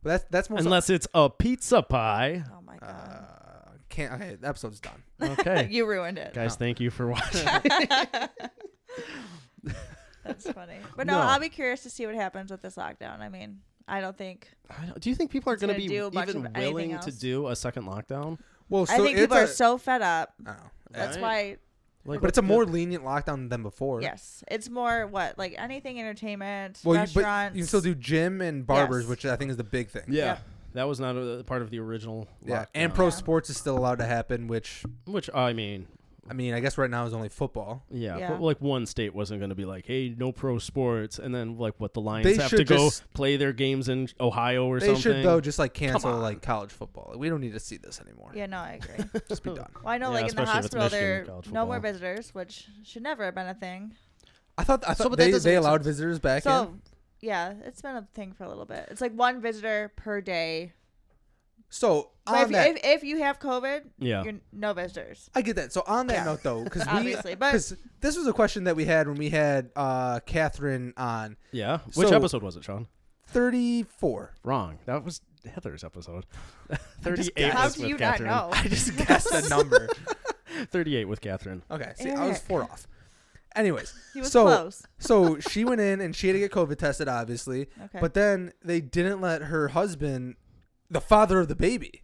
Speaker 3: But that's that's more so-
Speaker 2: Unless it's a pizza pie.
Speaker 4: Oh my
Speaker 3: uh,
Speaker 4: god,
Speaker 3: can't. Okay, the episode's done.
Speaker 2: Okay.
Speaker 4: <laughs> you ruined it.
Speaker 2: Guys,
Speaker 3: No.
Speaker 2: thank you for
Speaker 4: <laughs>
Speaker 2: watching.
Speaker 4: That's
Speaker 3: <laughs>
Speaker 4: funny. But no,
Speaker 2: No.
Speaker 4: I'll be curious to see what happens with this lockdown. I mean, I don't think
Speaker 2: I don't- do you think people are
Speaker 4: It's
Speaker 2: going to
Speaker 4: gonna
Speaker 2: be
Speaker 4: do a bunch
Speaker 2: even
Speaker 4: of anything
Speaker 2: willing to
Speaker 4: else.
Speaker 2: do a second lockdown?
Speaker 3: Well,
Speaker 4: I think people are so fed up. That's
Speaker 2: Right.
Speaker 4: why
Speaker 2: Like,
Speaker 3: Oh, but it's a
Speaker 2: what's
Speaker 3: more
Speaker 2: good?
Speaker 3: lenient lockdown than before.
Speaker 4: yes, it's more what like anything entertainment,
Speaker 3: Well, you, but
Speaker 4: restaurants.
Speaker 3: you can still do gym and barbers,
Speaker 4: Yes.
Speaker 3: which I think is the big thing. <laughs>
Speaker 2: Yeah.
Speaker 4: yeah.
Speaker 2: That was not a, part of the original.
Speaker 3: Yeah,
Speaker 2: lockdown.
Speaker 3: and pro
Speaker 4: Yeah.
Speaker 3: sports is still allowed to happen, which
Speaker 2: Which I mean,
Speaker 3: I mean, I guess right now is only football.
Speaker 2: yeah,
Speaker 4: Yeah.
Speaker 2: But like one state wasn't going to be like, hey, no pro sports, and then like what the Lions
Speaker 3: They
Speaker 2: have to
Speaker 3: should
Speaker 2: go
Speaker 3: just-
Speaker 2: play their games in Ohio or
Speaker 3: they
Speaker 2: something.
Speaker 3: should though just like cancel
Speaker 2: on.
Speaker 3: like college football. We don't need to see this anymore.
Speaker 4: yeah, no, I agree.
Speaker 3: <laughs> Just be done.
Speaker 4: Well, I know,
Speaker 2: Yeah,
Speaker 4: like in the
Speaker 2: especially if it's
Speaker 4: hospital,
Speaker 2: Michigan
Speaker 4: there are
Speaker 2: college
Speaker 4: no more
Speaker 2: football.
Speaker 4: visitors, which should never have been a thing.
Speaker 3: I thought I
Speaker 2: So,
Speaker 3: thought
Speaker 2: but that
Speaker 3: they,
Speaker 2: doesn't
Speaker 3: they
Speaker 2: make
Speaker 3: allowed
Speaker 2: sense.
Speaker 3: visitors back in.
Speaker 4: So, yeah, it's been a thing for a little bit. It's like one visitor per day.
Speaker 3: So
Speaker 4: But
Speaker 3: on
Speaker 4: if,
Speaker 3: that,
Speaker 4: if, if you have COVID,
Speaker 2: Yeah.
Speaker 4: you're no visitors.
Speaker 3: I get that. So on that
Speaker 4: Yeah.
Speaker 3: note though,
Speaker 4: <laughs>
Speaker 3: because we
Speaker 4: Obviously, but-
Speaker 3: because this was a question that we had when we had uh Catherine on
Speaker 2: Yeah. Which
Speaker 3: So-
Speaker 2: episode was it, Sean?
Speaker 3: thirty four.
Speaker 2: Wrong. That was Heather's episode. <laughs>
Speaker 3: guessed.
Speaker 2: Thirty-eight
Speaker 4: How
Speaker 2: was
Speaker 4: do
Speaker 2: with
Speaker 4: you
Speaker 2: Catherine. <laughs>
Speaker 4: not know?
Speaker 3: I just guessed
Speaker 4: <laughs>
Speaker 3: the number.
Speaker 2: Thirty-eight with Catherine.
Speaker 3: Okay, see, I was
Speaker 4: Eric.
Speaker 3: four off. Anyways,
Speaker 4: He was
Speaker 3: so
Speaker 4: close.
Speaker 3: so she went in and she had to get COVID tested, obviously.
Speaker 4: Okay.
Speaker 3: But then they didn't let her husband, the father of the baby,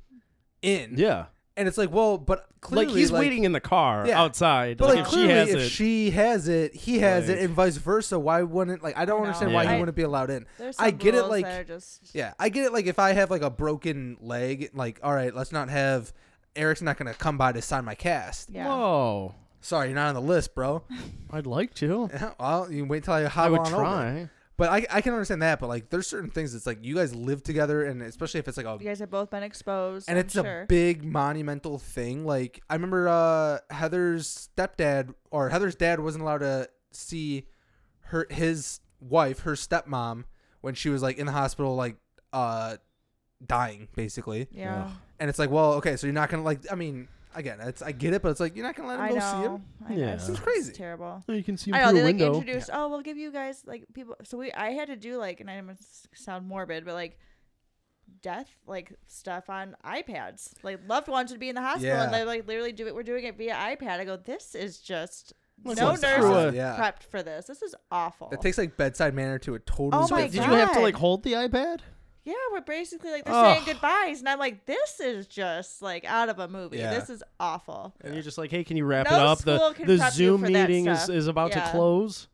Speaker 3: in.
Speaker 2: Yeah.
Speaker 3: And it's like, well, but clearly,
Speaker 2: like he's waiting in the car
Speaker 3: Yeah.
Speaker 2: outside.
Speaker 3: But like,
Speaker 2: if
Speaker 3: clearly,
Speaker 2: she has
Speaker 3: if
Speaker 2: it,
Speaker 3: she has it, he has it,
Speaker 2: Like-
Speaker 3: and vice versa. Why wouldn't like? I don't
Speaker 4: I know.
Speaker 3: understand why
Speaker 2: Yeah.
Speaker 3: he wouldn't be allowed in.
Speaker 4: There's
Speaker 3: I
Speaker 4: some
Speaker 3: get it,
Speaker 4: rules
Speaker 3: like-
Speaker 4: that are just
Speaker 3: Yeah, I get it. Like if I have like a broken leg, like all right, let's not have. Eric's not gonna come by to sign my cast.
Speaker 4: yeah.
Speaker 2: whoa,
Speaker 3: Sorry, you're not on the list, bro. <laughs>
Speaker 2: I'd like to.
Speaker 3: Yeah, well, you wait till I hop
Speaker 2: I would
Speaker 3: on over.
Speaker 2: try.
Speaker 3: But I, I can understand that. But like, there's certain things that's like you guys live together, and especially if it's like a
Speaker 4: You guys have both been exposed,
Speaker 3: and
Speaker 4: I'm
Speaker 3: it's
Speaker 4: sure.
Speaker 3: a big monumental thing. Like I remember uh, Heather's stepdad or Heather's dad wasn't allowed to see her his wife, her stepmom, when she was like in the hospital, like uh, dying basically.
Speaker 4: yeah.
Speaker 2: Ugh.
Speaker 3: And it's like, well, okay, so you're not gonna like. I mean, again, it's I get it, but it's like you're not gonna let him
Speaker 4: I
Speaker 3: go
Speaker 4: know.
Speaker 3: see him.
Speaker 4: I know.
Speaker 2: Yeah.
Speaker 4: It's
Speaker 2: This is
Speaker 3: crazy.
Speaker 4: It's terrible.
Speaker 2: You can see
Speaker 4: I know they like introduced. Oh, we'll give you guys like people. So we, I had to do like, and I don't wanna s- sound morbid, but like death like stuff on iPads. Like loved ones would be in the hospital, and
Speaker 3: Yeah.
Speaker 4: they like literally do it. We're doing it via iPad. I go, this is just
Speaker 2: Let's
Speaker 4: no
Speaker 2: not
Speaker 4: nurse
Speaker 2: screw it.
Speaker 4: is
Speaker 3: Yeah.
Speaker 4: prepped for this. This is awful.
Speaker 3: That takes like bedside manner to a total.
Speaker 4: Oh my
Speaker 2: Did
Speaker 3: different-
Speaker 2: you have to
Speaker 4: God.
Speaker 2: like hold the iPad?
Speaker 4: yeah, we're basically like they're saying
Speaker 2: Ugh.
Speaker 4: goodbyes, and I'm like, this is just like out of a movie.
Speaker 3: Yeah.
Speaker 4: This is awful.
Speaker 2: And you're just like, hey, can you wrap
Speaker 4: No
Speaker 2: it up? The
Speaker 4: school can
Speaker 2: the
Speaker 4: prep you
Speaker 2: Zoom
Speaker 4: for that
Speaker 2: meeting is,
Speaker 4: stuff.
Speaker 2: is about to
Speaker 4: Yeah.
Speaker 2: close.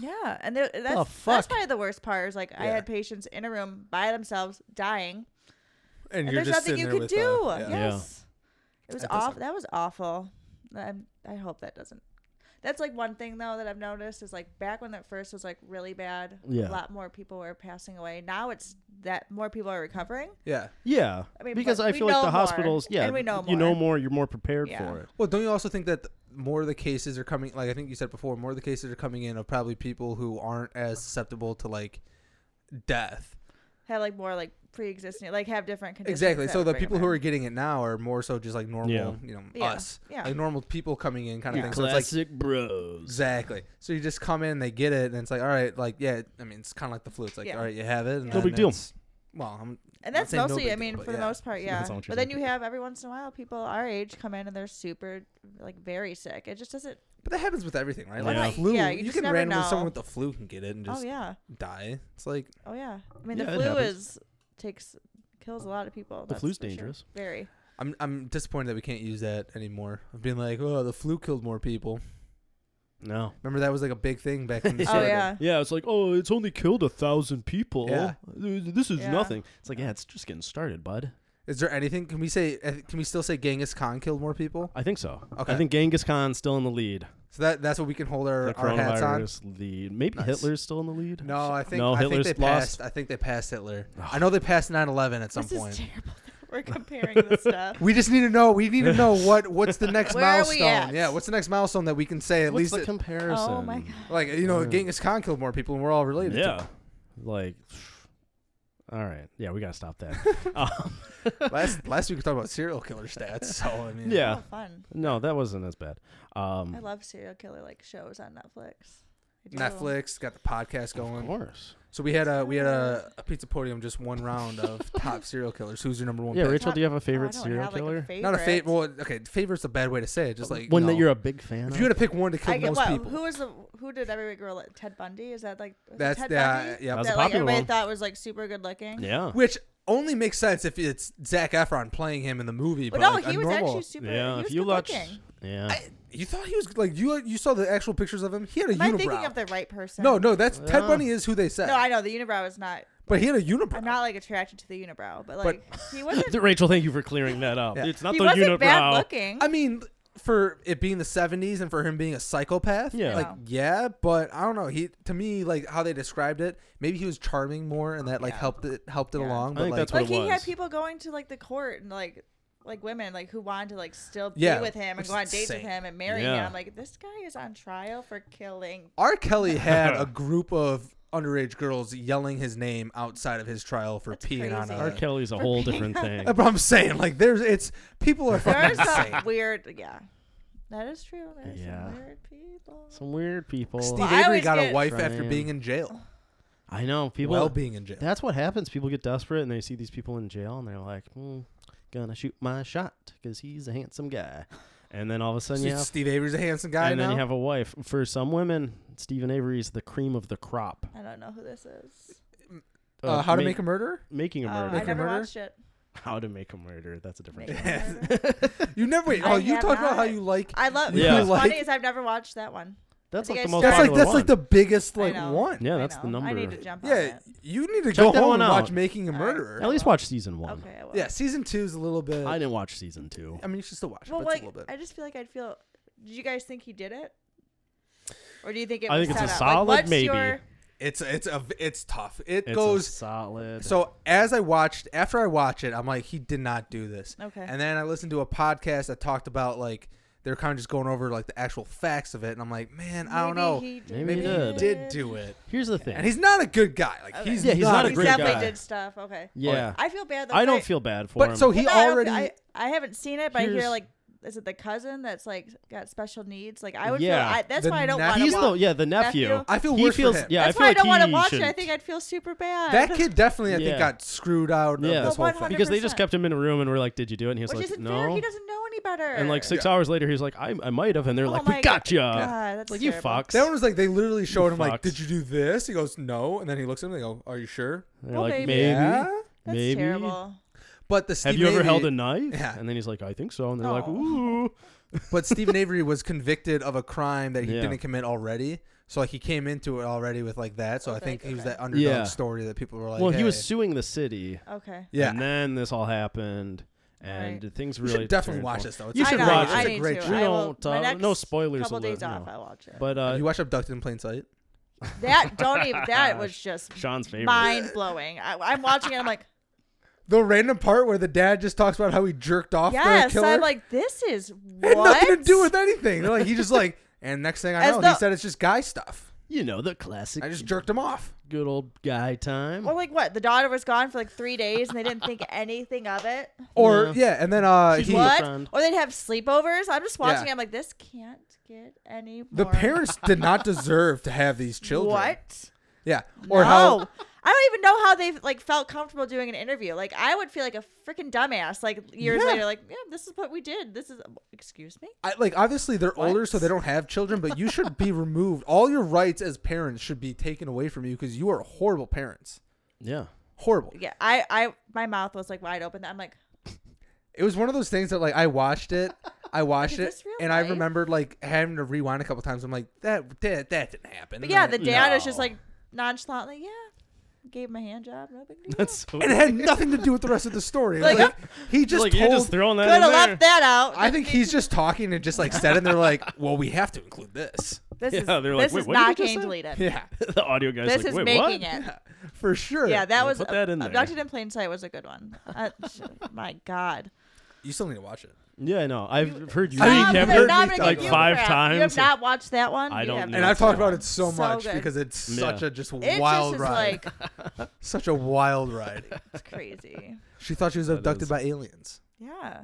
Speaker 4: Yeah, and there- that's that's
Speaker 2: fuck?
Speaker 4: probably the worst part. Is like I
Speaker 3: Yeah.
Speaker 4: had patients in a room by themselves dying,
Speaker 3: and,
Speaker 4: and,
Speaker 3: you're
Speaker 4: there's
Speaker 3: just
Speaker 4: nothing
Speaker 3: sitting
Speaker 4: you
Speaker 3: there with,
Speaker 4: could do.
Speaker 3: uh, yeah.
Speaker 2: Yeah.
Speaker 4: Yes, it was
Speaker 3: That does
Speaker 4: awful.
Speaker 3: suck.
Speaker 4: That was awful. I'm, I hope that doesn't. That's like one thing though that I've noticed is like back when that first was like really bad,
Speaker 2: Yeah.
Speaker 4: a lot more people were passing away. Now it's that more people are recovering.
Speaker 3: yeah.
Speaker 2: Yeah,
Speaker 4: I mean,
Speaker 2: because
Speaker 4: but
Speaker 2: I
Speaker 4: we
Speaker 2: feel like
Speaker 4: know
Speaker 2: the
Speaker 4: more,
Speaker 2: hospitals. Yeah,
Speaker 4: and we know
Speaker 2: you know
Speaker 4: more.
Speaker 2: more. You're more prepared
Speaker 4: Yeah.
Speaker 2: for it.
Speaker 3: Well, don't you also think that th- more of the cases are coming? Like I think you said before, more of the cases are coming in of probably people who aren't as susceptible to like death.
Speaker 4: Have like more like pre-existing, like have different conditions.
Speaker 3: Exactly.
Speaker 4: that
Speaker 3: So
Speaker 4: would
Speaker 3: the
Speaker 4: bring 'em
Speaker 3: people who
Speaker 4: in.
Speaker 3: are getting it now are more so just like normal,
Speaker 2: Yeah.
Speaker 3: you know,
Speaker 4: Yeah.
Speaker 3: us,
Speaker 4: Yeah.
Speaker 3: like normal people coming in kind of
Speaker 2: Your
Speaker 3: thing. So it's like
Speaker 2: bros.
Speaker 3: exactly. So you just come in, they get it, and it's like, all right, like yeah. I mean, it's kind of like the flu. It's like,
Speaker 4: Yeah.
Speaker 3: all right, you have it. And
Speaker 2: No
Speaker 3: then
Speaker 2: big deal.
Speaker 3: it's- Well, I'm
Speaker 4: And
Speaker 3: Not
Speaker 4: that's
Speaker 3: saying no
Speaker 4: mostly,
Speaker 3: big
Speaker 4: I
Speaker 3: deal,
Speaker 4: mean,
Speaker 3: but
Speaker 4: for the
Speaker 3: yeah.
Speaker 4: most part,
Speaker 2: That's
Speaker 4: yeah.
Speaker 2: all what
Speaker 4: But
Speaker 2: you
Speaker 4: then
Speaker 2: do.
Speaker 4: you have every once in a while people our age come in and they're super, like, very sick. It just doesn't.
Speaker 3: but that happens with everything, right? Like
Speaker 2: Yeah.
Speaker 3: the flu,
Speaker 4: Yeah, you
Speaker 3: you,
Speaker 4: just
Speaker 3: can
Speaker 4: never
Speaker 3: randomly
Speaker 4: know.
Speaker 3: someone with the flu can get it and just
Speaker 4: oh yeah,
Speaker 3: die. It's like
Speaker 4: oh yeah. I mean, the
Speaker 2: Yeah, it
Speaker 4: flu
Speaker 2: happens.
Speaker 4: is takes kills a lot of people.
Speaker 2: The
Speaker 4: that's
Speaker 2: flu's
Speaker 4: for sure.
Speaker 2: dangerous.
Speaker 4: Very.
Speaker 3: I'm I'm disappointed that we can't use that anymore. Of being like, oh, the flu killed more people.
Speaker 2: No.
Speaker 3: Remember that was like a big thing back
Speaker 4: <laughs>
Speaker 3: when. this
Speaker 4: Oh
Speaker 3: started.
Speaker 4: yeah.
Speaker 2: Yeah, it's like, oh, it's only killed a thousand people.
Speaker 3: Yeah.
Speaker 2: This is
Speaker 4: Yeah.
Speaker 2: nothing. It's like, yeah, it's just getting started, bud.
Speaker 3: Is there anything? eh, Can we say? Can we still say Genghis Khan killed more people?
Speaker 2: I think so. I
Speaker 3: Okay.
Speaker 2: think Genghis Khan's still in the lead.
Speaker 3: So that that's what we can hold our,
Speaker 2: The
Speaker 3: our hats on.
Speaker 2: coronavirus lead. Maybe
Speaker 3: Nice.
Speaker 2: Hitler's still in the lead.
Speaker 3: No, I think
Speaker 2: No,
Speaker 3: I think
Speaker 2: Hitler's
Speaker 3: they
Speaker 2: lost.
Speaker 3: passed. I think they passed Hitler. I know they passed 9/11 at some
Speaker 4: this
Speaker 3: point.
Speaker 4: is terrible.
Speaker 2: <laughs>
Speaker 4: that We're comparing this stuff.
Speaker 3: we just need to know. We need to know what what's the next
Speaker 4: Where are we
Speaker 3: milestone.
Speaker 4: at?
Speaker 3: Yeah, what's the next milestone that we can say at
Speaker 2: What's
Speaker 3: least
Speaker 2: the uh,
Speaker 3: it-
Speaker 2: comparison?
Speaker 4: Oh my god.
Speaker 3: like you know Genghis Khan killed more people and we're all related. to
Speaker 2: Yeah. Like, <sighs> all right. Yeah, we got to stop
Speaker 3: <laughs>
Speaker 2: that. <laughs> um,
Speaker 3: it. Last last week we talked about serial killer stats. So I
Speaker 2: <laughs>
Speaker 3: mean,
Speaker 2: yeah.
Speaker 4: Oh, fun.
Speaker 2: <laughs> No, that wasn't as bad. Um,
Speaker 4: I love serial killer like shows on Netflix. I do.
Speaker 3: Netflix got the podcast
Speaker 2: Of
Speaker 3: going.
Speaker 2: course.
Speaker 3: So we had a we had a, a pizza podium just one round
Speaker 4: <laughs>
Speaker 3: of top serial killers. Who's your number one?
Speaker 2: Yeah,
Speaker 3: pick?
Speaker 2: Rachel, do you have a
Speaker 4: Oh, I
Speaker 2: favorite
Speaker 4: don't
Speaker 2: serial
Speaker 4: have, like,
Speaker 2: killer?
Speaker 4: favorite.
Speaker 3: Not a favorite. Well, okay, favorite's a bad way to say it. Just like
Speaker 2: One that
Speaker 3: no.
Speaker 2: you're a big fan
Speaker 3: If
Speaker 2: of.
Speaker 3: you had to pick one to kill
Speaker 4: I get
Speaker 3: most
Speaker 4: what?
Speaker 3: people,
Speaker 4: Who was the who did every week girl? Like, Ted Bundy? Is that like was it
Speaker 3: That's-
Speaker 4: Ted
Speaker 3: yeah,
Speaker 4: Bundy?
Speaker 3: yeah.
Speaker 2: That's a
Speaker 4: that like
Speaker 2: popular
Speaker 4: everybody
Speaker 2: one.
Speaker 4: thought was like super good looking.
Speaker 2: yeah.
Speaker 3: <laughs> which only makes sense if it's Zach Efron playing him in the movie. But
Speaker 4: But no,
Speaker 3: like,
Speaker 4: he
Speaker 3: a
Speaker 4: was
Speaker 3: normal,
Speaker 4: actually super.
Speaker 2: Yeah.
Speaker 4: he was
Speaker 2: If you
Speaker 4: good
Speaker 2: watch.
Speaker 4: looking.
Speaker 2: Yeah.
Speaker 3: I- you thought he was like you. You saw the actual pictures of him. He had a
Speaker 4: Am I
Speaker 3: unibrow.
Speaker 4: thinking of the right person?
Speaker 3: no, no, that's Ted
Speaker 2: Yeah.
Speaker 3: Bunny is who they said.
Speaker 4: No, I know the unibrow is not.
Speaker 3: but he had a unibrow.
Speaker 4: I'm not like attracted to the unibrow, but like
Speaker 2: <laughs>
Speaker 4: he wasn't.
Speaker 2: <laughs> Rachel, thank you for clearing that up.
Speaker 3: Yeah.
Speaker 2: It's not
Speaker 4: he
Speaker 2: the
Speaker 4: wasn't
Speaker 2: unibrow.
Speaker 4: bad looking.
Speaker 3: I mean, for it being the '70s and for him being a psychopath,
Speaker 2: Yeah.
Speaker 3: like yeah. But I don't know. He to me like how they described it. Maybe he was charming more, and that like
Speaker 4: Oh, Yeah.
Speaker 3: helped it helped it
Speaker 4: Yeah.
Speaker 2: I
Speaker 3: along. But
Speaker 2: think
Speaker 3: like,
Speaker 2: that's what
Speaker 4: like
Speaker 2: it
Speaker 4: he had
Speaker 2: was.
Speaker 4: people going to like the court and like like women like who wanted to like still be
Speaker 3: Yeah,
Speaker 4: with him and
Speaker 3: which
Speaker 4: go
Speaker 3: is
Speaker 4: on dates with
Speaker 3: insane.
Speaker 4: him and marry
Speaker 2: Yeah.
Speaker 4: him. Like this guy is on trial
Speaker 2: <laughs>
Speaker 4: for killing.
Speaker 3: R. Kelly had
Speaker 4: <laughs>
Speaker 3: a group of underage girls yelling his name outside of his trial for
Speaker 4: That's
Speaker 3: peeing on
Speaker 4: crazy.
Speaker 3: a. Uh,
Speaker 2: R. Kelly's a whole different
Speaker 3: <laughs>
Speaker 2: thing.
Speaker 3: But I'm saying, like, there's it's people are
Speaker 4: There's
Speaker 3: fucking insane.
Speaker 4: some weird, yeah, that is true. There's
Speaker 2: Yeah.
Speaker 4: some weird people.
Speaker 2: Some weird people.
Speaker 3: Steve
Speaker 4: <laughs> Well, I
Speaker 3: Avery
Speaker 4: always
Speaker 3: got a
Speaker 4: get-
Speaker 3: wife
Speaker 2: Trying.
Speaker 3: after being in jail.
Speaker 2: I know people.
Speaker 3: well, being in jail.
Speaker 2: that's what happens. People get desperate and they see these people in jail and they're like, hmm, "Gonna shoot my shot because he's a handsome guy." And then all of a sudden,
Speaker 3: So
Speaker 2: you have,
Speaker 3: Steve Avery's a handsome guy
Speaker 2: and
Speaker 3: now.
Speaker 2: then you have a wife. For some women, Stephen Avery is the cream of the crop.
Speaker 4: I don't know who this is.
Speaker 3: uh, how to
Speaker 2: ma-
Speaker 3: make a murderer?
Speaker 2: making a
Speaker 4: Oh, I
Speaker 2: murder.
Speaker 3: Make a
Speaker 4: never
Speaker 3: murder?
Speaker 4: watched it.
Speaker 2: <laughs> How to make a murder. That's a different.
Speaker 4: Make
Speaker 2: thing.
Speaker 4: a
Speaker 3: <laughs>
Speaker 4: murder.
Speaker 3: You never wait.
Speaker 4: I
Speaker 3: Oh, you
Speaker 4: have
Speaker 3: talked about
Speaker 4: not.
Speaker 3: how you like.
Speaker 4: I love.
Speaker 2: Yeah. <laughs>
Speaker 4: What's
Speaker 3: Like-
Speaker 4: funny is I've never watched that one.
Speaker 2: That's
Speaker 4: I
Speaker 2: like
Speaker 4: think
Speaker 2: the
Speaker 4: I
Speaker 2: most.
Speaker 4: saw
Speaker 3: that's like
Speaker 2: popular
Speaker 3: that's like the
Speaker 2: one.
Speaker 3: biggest
Speaker 4: I
Speaker 3: like
Speaker 4: know.
Speaker 3: one. Yeah,
Speaker 2: Yeah,
Speaker 4: I
Speaker 2: that's the
Speaker 4: know. I need
Speaker 2: number.
Speaker 4: to jump on it.
Speaker 3: you need to
Speaker 2: Check
Speaker 3: go
Speaker 2: that
Speaker 3: home
Speaker 2: one
Speaker 3: and watch
Speaker 2: out.
Speaker 3: Making a
Speaker 4: All right.
Speaker 3: Murderer.
Speaker 2: At least watch season one.
Speaker 4: Okay. I will.
Speaker 3: Yeah, season two is a little bit.
Speaker 2: I didn't watch season two.
Speaker 3: I mean, you should still watch. it,
Speaker 4: Well,
Speaker 3: but it's
Speaker 4: like,
Speaker 3: a little bit.
Speaker 4: I just feel like I'd feel. Did you guys think he did it, or do you think it?
Speaker 2: I
Speaker 4: was
Speaker 2: think it's a
Speaker 4: set up? Like,
Speaker 2: solid
Speaker 4: what's
Speaker 2: maybe.
Speaker 4: Your,
Speaker 3: It's it's a it's tough. It
Speaker 2: It's a
Speaker 3: goes
Speaker 2: solid.
Speaker 3: So as I watched, after I watch it, I'm like, he did not do this.
Speaker 4: Okay.
Speaker 3: And then I listened to a podcast that talked about like they were kind of just going over like the actual facts of it, and I'm like, man, I don't
Speaker 4: maybe
Speaker 3: know.
Speaker 4: He did
Speaker 2: Maybe
Speaker 3: Maybe
Speaker 2: he
Speaker 3: he
Speaker 2: did.
Speaker 3: did do it.
Speaker 2: here's the thing.
Speaker 3: And he's not a good guy. Like
Speaker 4: Okay.
Speaker 3: he's
Speaker 2: Yeah, he's
Speaker 3: not,
Speaker 2: not a
Speaker 4: He
Speaker 2: great
Speaker 4: definitely
Speaker 2: guy.
Speaker 4: did stuff. Okay.
Speaker 2: yeah,
Speaker 4: I feel bad. Though,
Speaker 2: I
Speaker 4: 'cause
Speaker 2: don't feel bad for him.
Speaker 3: But so he
Speaker 4: No, I don't
Speaker 3: already.
Speaker 4: feel- I, I haven't seen it, but I
Speaker 2: Here's-
Speaker 4: hear like, is it the cousin that's like got special needs? Like I would
Speaker 2: Yeah.
Speaker 4: feel. I, that's
Speaker 3: The
Speaker 4: why I don't
Speaker 3: nephew-
Speaker 4: want to
Speaker 2: he's
Speaker 4: watch.
Speaker 2: the yeah the nephew.
Speaker 4: Nephew.
Speaker 3: I feel
Speaker 2: he
Speaker 3: worse for
Speaker 2: feels
Speaker 3: him.
Speaker 2: yeah.
Speaker 4: that's
Speaker 2: I feel
Speaker 4: why
Speaker 2: like
Speaker 4: I don't want
Speaker 2: he
Speaker 4: to watch it. I
Speaker 2: shouldn't.
Speaker 4: think I'd feel super bad.
Speaker 3: that kid definitely, I
Speaker 2: Yeah.
Speaker 3: think, got screwed out
Speaker 2: Yeah.
Speaker 3: of this
Speaker 4: Well,
Speaker 3: whole thing.
Speaker 4: 100%
Speaker 2: because they just kept him in a room and were like, "Did you do it?" And he was
Speaker 4: which
Speaker 2: like,
Speaker 4: isn't
Speaker 2: "No."
Speaker 4: fair. He doesn't know any better.
Speaker 2: and like six
Speaker 3: Yeah.
Speaker 2: hours later, he's like, "I I might have," and they're
Speaker 4: Oh
Speaker 2: like,
Speaker 4: my
Speaker 2: "We got you."
Speaker 4: God, that's
Speaker 2: Like you
Speaker 4: terrible.
Speaker 2: fucks.
Speaker 3: That one was like they literally showed him like,
Speaker 2: fucked.
Speaker 3: "Did you do this?" He goes, "No," and then he looks at him. They go, "Are you sure?"
Speaker 2: They're
Speaker 4: Well,
Speaker 2: like,
Speaker 4: maybe.
Speaker 2: "Maybe,
Speaker 3: Yeah.
Speaker 4: Oh, That's
Speaker 2: maybe."
Speaker 4: terrible.
Speaker 3: But the
Speaker 2: Have
Speaker 3: Steve
Speaker 2: you ever
Speaker 3: Avery-
Speaker 2: held a knife?
Speaker 3: Yeah.
Speaker 2: And then he's like, "I think so." And they're like,
Speaker 4: Oh.
Speaker 2: "Ooh."
Speaker 3: but Stephen Avery was convicted of a crime that he
Speaker 2: Yeah.
Speaker 3: didn't commit already. So like he came into it already with like that. So I
Speaker 4: Okay,
Speaker 3: think he was
Speaker 4: okay.
Speaker 3: that underdog
Speaker 2: Yeah.
Speaker 3: story that people were like,
Speaker 2: well, he was
Speaker 3: "Hey."
Speaker 2: suing the city.
Speaker 4: Okay.
Speaker 3: yeah.
Speaker 2: And then this all happened, and things
Speaker 3: you
Speaker 2: really.
Speaker 3: should definitely
Speaker 2: turned
Speaker 3: watch
Speaker 2: for-
Speaker 3: this though. It's
Speaker 2: You
Speaker 3: a
Speaker 2: should
Speaker 3: great-
Speaker 4: I know,
Speaker 2: watch
Speaker 3: it's
Speaker 4: I
Speaker 3: a
Speaker 4: need
Speaker 3: great
Speaker 4: to.
Speaker 2: We
Speaker 3: show.
Speaker 4: I will,
Speaker 2: don't, uh,
Speaker 4: my next
Speaker 2: no spoilers
Speaker 4: Couple
Speaker 2: alert,
Speaker 4: days off,
Speaker 2: no.
Speaker 4: I'll
Speaker 2: <laughs>
Speaker 4: watch it.
Speaker 2: But uh,
Speaker 3: you watch Abducted in Plain Sight?
Speaker 4: that don't even. That was
Speaker 2: Gosh.
Speaker 4: just
Speaker 2: Sean's favorite.
Speaker 4: mind blowing. I'm watching it.
Speaker 2: <laughs>
Speaker 4: I'm like,
Speaker 3: The random part where the dad just talks about how he jerked off
Speaker 4: yes.
Speaker 3: for a killer
Speaker 4: I'm like, this is
Speaker 3: had
Speaker 4: what.
Speaker 3: nothing to do with anything. They're like he just like, and next thing I
Speaker 4: As
Speaker 3: know, he
Speaker 4: though-
Speaker 3: said it's just guy stuff.
Speaker 2: you know the classic.
Speaker 3: I just jerked him off.
Speaker 2: good old guy time.
Speaker 4: Well, like what? The daughter was gone for like three days, and they didn't think anything of it.
Speaker 3: Or
Speaker 2: Yeah.
Speaker 3: yeah, and then uh,
Speaker 2: She's
Speaker 3: he,
Speaker 2: what?
Speaker 4: What?
Speaker 2: friend.
Speaker 4: Or they'd have sleepovers. I'm just watching.
Speaker 3: Yeah.
Speaker 4: it, I'm like, this can't get any. More.
Speaker 3: the parents did not deserve to have these children.
Speaker 4: What?
Speaker 3: Yeah, or
Speaker 4: no.
Speaker 3: how
Speaker 4: Oh, I don't even know how they like felt comfortable doing an interview. Like I would feel like a freaking dumbass. Like years
Speaker 3: Yeah.
Speaker 4: later, like yeah, this is what we did. This is excuse me.
Speaker 3: I, like obviously they're older, so they don't have children. But you should be removed. All your rights as parents should be taken away from you because you are horrible parents.
Speaker 2: yeah. <laughs>
Speaker 3: Horrible.
Speaker 4: Yeah, I, I, my mouth was like wide open. I'm like,
Speaker 3: It was one of those things that like I watched it,
Speaker 4: <laughs>
Speaker 3: I watched it,
Speaker 4: this real
Speaker 3: and I
Speaker 4: life?
Speaker 3: remembered like having to rewind a couple times. I'm like that that that didn't happen.
Speaker 2: Mm,
Speaker 4: but yeah, the
Speaker 3: Like,
Speaker 4: dad is just
Speaker 3: no.
Speaker 4: like nonchalantly, yeah. gave him a hand job. No big deal.
Speaker 2: That's so.
Speaker 3: And it had nothing to do with the rest of the story. It was
Speaker 4: Like,
Speaker 3: like,
Speaker 2: <laughs>
Speaker 3: he just
Speaker 2: like
Speaker 3: told.
Speaker 2: you're just throwing that
Speaker 4: Could have
Speaker 2: in there.
Speaker 4: left that out.
Speaker 3: I think he's just talking and just like said, and they're like, "Well, we have to include
Speaker 4: <laughs>
Speaker 3: this."
Speaker 4: <laughs> This is
Speaker 2: Yeah, they're like,
Speaker 4: this
Speaker 2: "Wait,
Speaker 4: is
Speaker 2: what did you
Speaker 4: not
Speaker 2: just
Speaker 4: game
Speaker 2: say?"
Speaker 4: deleted.
Speaker 3: Yeah,
Speaker 2: <laughs> the audio guy's
Speaker 4: This
Speaker 2: like,
Speaker 4: is
Speaker 2: wait, <laughs>
Speaker 4: making
Speaker 2: what?
Speaker 4: it.
Speaker 3: for sure.
Speaker 4: Yeah, that
Speaker 2: Yeah,
Speaker 4: was
Speaker 2: put that in there.
Speaker 4: abducted in plain sight was a good one. Uh, <laughs> my God,
Speaker 3: you still need to watch it.
Speaker 2: Yeah, I know. I've heard you
Speaker 3: I mean,
Speaker 4: Stop,
Speaker 3: Cam
Speaker 4: they're
Speaker 3: Burton
Speaker 4: not
Speaker 3: needs
Speaker 4: gonna
Speaker 3: to, like,
Speaker 4: give Um, you
Speaker 2: five
Speaker 4: crap. You
Speaker 2: times.
Speaker 4: have not watched that one.
Speaker 2: I
Speaker 4: You
Speaker 2: don't
Speaker 4: have
Speaker 2: know.
Speaker 4: not.
Speaker 3: And I've
Speaker 2: so
Speaker 3: talked about
Speaker 2: much.
Speaker 3: it so
Speaker 4: So
Speaker 3: much
Speaker 4: good.
Speaker 3: because it's
Speaker 2: Yeah.
Speaker 3: such a just
Speaker 4: It
Speaker 3: wild
Speaker 4: just is
Speaker 3: ride.
Speaker 4: like
Speaker 3: <laughs> Such a wild ride.
Speaker 2: <laughs>
Speaker 4: it's crazy.
Speaker 3: She thought she was
Speaker 2: That
Speaker 3: abducted
Speaker 2: is-
Speaker 3: by
Speaker 2: <laughs>
Speaker 3: aliens.
Speaker 4: Yeah,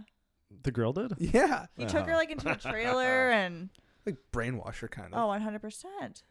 Speaker 2: The girl did.
Speaker 3: Yeah,
Speaker 4: he took her
Speaker 2: Uh-huh.
Speaker 4: like into
Speaker 3: <laughs>
Speaker 4: a trailer and
Speaker 3: like brainwasher kind
Speaker 4: oh,
Speaker 3: of.
Speaker 4: 100 percent.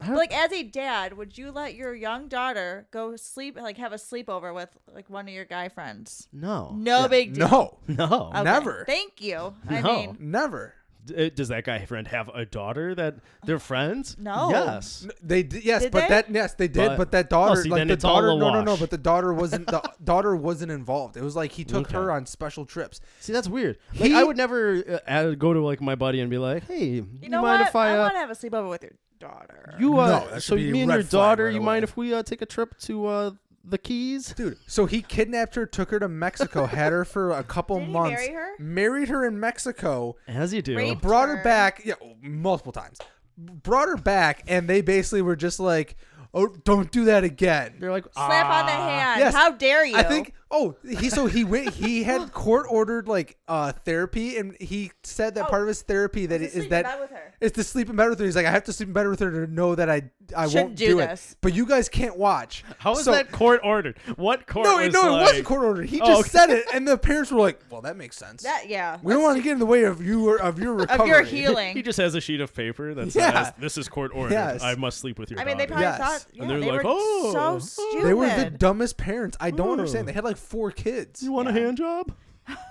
Speaker 2: I don't-
Speaker 4: Like as a dad, would you let your young daughter go sleep like have a sleepover with like one of your guy friends?
Speaker 2: no,
Speaker 4: No
Speaker 3: Yeah.
Speaker 4: big deal.
Speaker 3: No,
Speaker 2: no.
Speaker 4: Okay.
Speaker 3: never.
Speaker 4: Thank you. I
Speaker 2: No.
Speaker 4: mean,
Speaker 3: never.
Speaker 2: Uh, D- uh, Does that guy friend have a daughter that they're friends?
Speaker 4: No.
Speaker 2: Yes.
Speaker 3: N- They did, yes,
Speaker 4: Did
Speaker 3: but
Speaker 4: they?
Speaker 3: that yes they did,
Speaker 2: But-
Speaker 3: but, that daughter
Speaker 2: Oh, see,
Speaker 3: like
Speaker 2: then
Speaker 3: the
Speaker 2: it's all
Speaker 3: daughter
Speaker 2: a
Speaker 3: no no no,
Speaker 2: wash.
Speaker 3: but the daughter
Speaker 2: <laughs>
Speaker 3: wasn't the daughter wasn't involved. It was like he took
Speaker 2: Okay.
Speaker 3: her on special trips.
Speaker 2: See, that's weird. Like,
Speaker 3: He-
Speaker 2: I would never uh, add- go to like my buddy and be like, "Hey, you,
Speaker 4: you know
Speaker 2: mind
Speaker 4: what?
Speaker 2: if I?"
Speaker 4: I
Speaker 2: uh,
Speaker 4: want to have a sleepover with your daughter.
Speaker 2: you uh,
Speaker 3: No, that should
Speaker 2: so
Speaker 3: be
Speaker 2: me and
Speaker 3: red
Speaker 2: your
Speaker 3: flag
Speaker 2: daughter,
Speaker 3: right
Speaker 2: you
Speaker 3: away.
Speaker 2: mind if we uh, take a trip to uh, the Keys?
Speaker 3: Dude, so he kidnapped her, took her to Mexico, had her for a couple
Speaker 4: Did he
Speaker 3: months,
Speaker 4: marry her?
Speaker 3: married her in Mexico,
Speaker 2: As you do.
Speaker 4: Rape-
Speaker 3: brought
Speaker 4: Sure.
Speaker 3: her back yeah multiple times, brought her back, and they basically were just like, oh, don't do that again.
Speaker 2: They're like,
Speaker 4: Slap on the
Speaker 2: "Ah."
Speaker 4: hand.
Speaker 3: yes.
Speaker 4: How dare you?
Speaker 3: I think. Oh, he so he went. He
Speaker 4: <laughs>
Speaker 3: had court ordered like uh therapy, and he said that
Speaker 4: Oh,
Speaker 3: part of his therapy that
Speaker 4: to
Speaker 3: is
Speaker 4: sleep in
Speaker 3: that
Speaker 4: bed with her.
Speaker 3: it's to sleep in bed with her. He's like, I have to sleep in bed with her to know that I I
Speaker 4: Shouldn't
Speaker 3: won't
Speaker 4: do
Speaker 3: do
Speaker 4: this.
Speaker 3: it. But you guys can't watch.
Speaker 2: <laughs> How is
Speaker 3: So-
Speaker 2: that court ordered? What court?
Speaker 3: No,
Speaker 2: was
Speaker 3: no,
Speaker 2: like,
Speaker 3: it wasn't court ordered. He
Speaker 2: Oh,
Speaker 3: just
Speaker 2: okay.
Speaker 3: said it, and the parents were like, "Well, that makes sense.
Speaker 4: that yeah.
Speaker 3: we don't want to get in the way of you or of your recovery."
Speaker 4: <laughs> of your
Speaker 2: He
Speaker 4: healing.
Speaker 2: just has a sheet of paper that
Speaker 3: Yeah.
Speaker 2: says, "This is court ordered.
Speaker 3: Yes.
Speaker 2: I must sleep with your."
Speaker 4: I mean, they
Speaker 2: daughter."
Speaker 4: probably
Speaker 3: Yes.
Speaker 4: thought yeah,
Speaker 2: And they're
Speaker 4: they
Speaker 2: like,
Speaker 4: were
Speaker 2: "Oh, oh."
Speaker 4: so stupid.
Speaker 3: They were the dumbest parents. I don't
Speaker 2: Ooh.
Speaker 3: understand. They had like four kids.
Speaker 2: You want a hand job?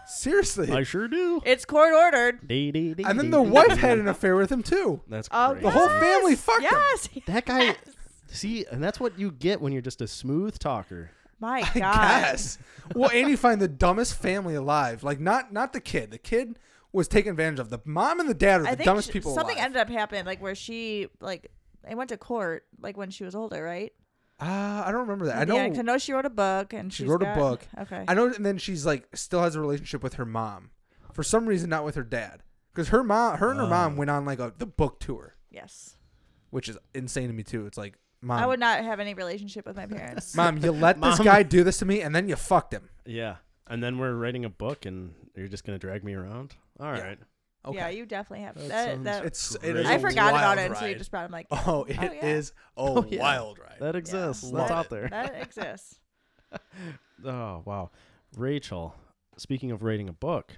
Speaker 3: Seriously.
Speaker 2: I sure do.
Speaker 4: it's court ordered.
Speaker 2: Dee, dee, dee,
Speaker 3: and then
Speaker 2: dee,
Speaker 3: the
Speaker 2: dee,
Speaker 3: wife
Speaker 2: dee.
Speaker 3: had an affair with him too.
Speaker 2: That's
Speaker 4: Oh,
Speaker 2: crazy.
Speaker 3: The whole
Speaker 4: yes,
Speaker 3: family fucked him.
Speaker 4: yes.
Speaker 3: <laughs>
Speaker 4: <laughs>
Speaker 2: That guy.
Speaker 4: Yes.
Speaker 2: See, and that's what you get when you're just a smooth talker.
Speaker 4: My
Speaker 3: I
Speaker 4: God.
Speaker 3: guess. Well, and you find the dumbest family alive. Like not not the kid. The kid was taken advantage of. The mom and the dad are
Speaker 4: I
Speaker 3: the
Speaker 4: think
Speaker 3: dumbest
Speaker 4: sh-
Speaker 3: people
Speaker 4: something
Speaker 3: alive.
Speaker 4: ended up happening, like where she like they went to court, like when she was older, right?
Speaker 3: uh, I don't remember that. I know
Speaker 4: Yeah, 'cause I know she wrote a book, and
Speaker 3: she
Speaker 4: she's
Speaker 3: wrote
Speaker 4: got-
Speaker 3: a book.
Speaker 4: Okay,
Speaker 3: I know, and then she's like still has a relationship with her mom. For some reason, not with her dad, because her mom, her and her
Speaker 2: Ah.
Speaker 3: mom went on like a the book tour,
Speaker 4: yes,
Speaker 3: which is insane to me too. It's like mom,
Speaker 4: I would not have any relationship with my parents.
Speaker 3: mom, you let this
Speaker 2: Mom.
Speaker 3: guy do this to me, and then you fucked him.
Speaker 2: Yeah. And then we're writing a book, and you're just gonna drag me around. All
Speaker 3: Yeah.
Speaker 2: right.
Speaker 3: <laughs> Okay,
Speaker 4: Yeah, you definitely have
Speaker 2: That
Speaker 4: that.
Speaker 2: sounds-
Speaker 4: that
Speaker 3: it's
Speaker 2: That's
Speaker 3: it is
Speaker 4: I
Speaker 3: a
Speaker 4: forgot about
Speaker 3: wild
Speaker 4: it until you
Speaker 3: ride.
Speaker 4: just brought. it. I'm like,
Speaker 3: <laughs> Oh, it is
Speaker 4: yeah.
Speaker 3: a
Speaker 2: Oh, yeah.
Speaker 3: wild ride.
Speaker 2: That exists. That's
Speaker 4: That-
Speaker 2: out there.
Speaker 4: that exists.
Speaker 2: Oh wow, Rachel. Speaking of writing a book,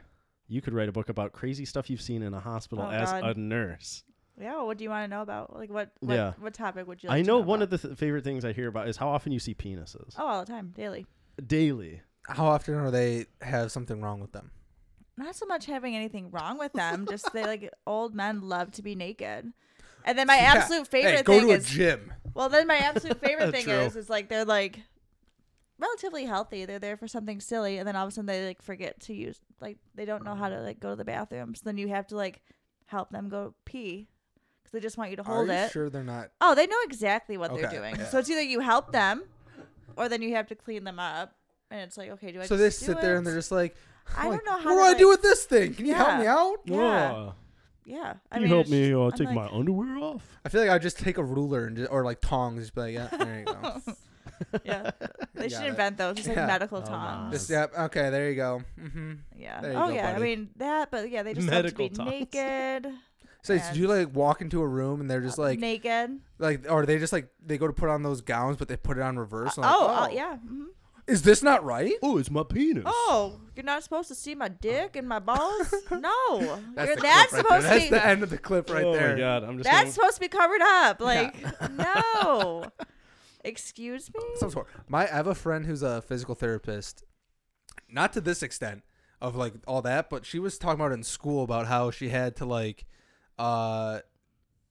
Speaker 2: you could write a book about crazy stuff you've seen in a hospital
Speaker 4: Oh,
Speaker 2: as
Speaker 4: God.
Speaker 2: a nurse.
Speaker 4: Yeah, what do you want to know about? Like, what? what
Speaker 2: Yeah.
Speaker 4: What topic would you? Like
Speaker 2: I
Speaker 4: to
Speaker 2: know one
Speaker 4: about?
Speaker 2: of the th- favorite things I hear about is how often you see penises
Speaker 4: Oh, all the time, daily.
Speaker 2: daily.
Speaker 3: How often are they have something wrong with them?
Speaker 4: Not so much having anything wrong with them, just
Speaker 3: <laughs>
Speaker 4: they like old men love to be naked. And then my absolute favorite
Speaker 3: Hey, go
Speaker 4: thing
Speaker 3: to
Speaker 4: is
Speaker 3: a gym.
Speaker 4: well, then
Speaker 3: <laughs>
Speaker 4: my absolute favorite thing
Speaker 2: True.
Speaker 4: is is like they're like relatively healthy. They're there for something silly, and then all of a sudden they like forget to use like they don't know how to like go to the bathroom. So then you have to like help them go pee because they just want you to
Speaker 3: Are
Speaker 4: hold
Speaker 3: you
Speaker 4: it.
Speaker 3: sure they're not?
Speaker 4: Oh, they know exactly what they're
Speaker 3: Okay,
Speaker 4: doing.
Speaker 3: yeah.
Speaker 4: So it's either you help them, or then you have to clean them up. And it's like, okay, do I?
Speaker 3: So they
Speaker 4: just
Speaker 3: sit
Speaker 4: do
Speaker 3: there
Speaker 4: it?
Speaker 3: and they're just like,
Speaker 4: I don't
Speaker 3: like,
Speaker 4: know
Speaker 3: What
Speaker 4: how
Speaker 3: do
Speaker 4: to,
Speaker 3: I do
Speaker 4: like-
Speaker 3: with this thing? Can you help
Speaker 4: Yeah.
Speaker 3: me out?
Speaker 4: Yeah.
Speaker 2: Whoa.
Speaker 4: yeah.
Speaker 2: Can you help
Speaker 4: it's
Speaker 2: me
Speaker 4: just-
Speaker 2: uh,
Speaker 4: I'm
Speaker 2: take
Speaker 4: like,
Speaker 2: my underwear off?
Speaker 3: I feel like I'd just take a ruler and just, or like tongs, just be like, yeah, there you
Speaker 4: <laughs>
Speaker 3: go.
Speaker 4: Yeah, they should
Speaker 3: Got it.
Speaker 4: invent those. Just like
Speaker 3: Yeah.
Speaker 4: medical
Speaker 2: Oh,
Speaker 4: tongs.
Speaker 3: Just yep, okay, there you go. hmm
Speaker 4: Yeah.
Speaker 3: There you
Speaker 4: oh
Speaker 3: go,
Speaker 4: yeah. I
Speaker 3: buddy.
Speaker 4: mean that, but yeah, they just love to be
Speaker 2: Medical tongs.
Speaker 4: naked.
Speaker 3: So it's- do you like walk into a room and they're
Speaker 4: Uh,
Speaker 3: just like,
Speaker 4: naked.
Speaker 3: like, or they just like they go to put on those gowns, but they put it on reverse.
Speaker 4: oh,
Speaker 3: and like,
Speaker 4: uh, yeah. mhm.
Speaker 3: Is this not right?
Speaker 2: Oh, it's my penis.
Speaker 4: Oh, you're not supposed to see my dick and my balls.
Speaker 3: <laughs>
Speaker 4: No,
Speaker 3: That's
Speaker 4: you're
Speaker 3: the clip
Speaker 4: that's
Speaker 3: right
Speaker 4: supposed
Speaker 3: there.
Speaker 4: to
Speaker 3: That's
Speaker 4: be.
Speaker 3: the end of the clip right
Speaker 2: oh
Speaker 3: there.
Speaker 2: my god, I'm just.
Speaker 4: That's
Speaker 2: gonna-
Speaker 4: supposed to be covered up. Like, no. <laughs> Excuse me?
Speaker 3: some sort. My I have a friend who's a physical therapist, not to this extent of like all that, but she was talking about in school about how she had to like uh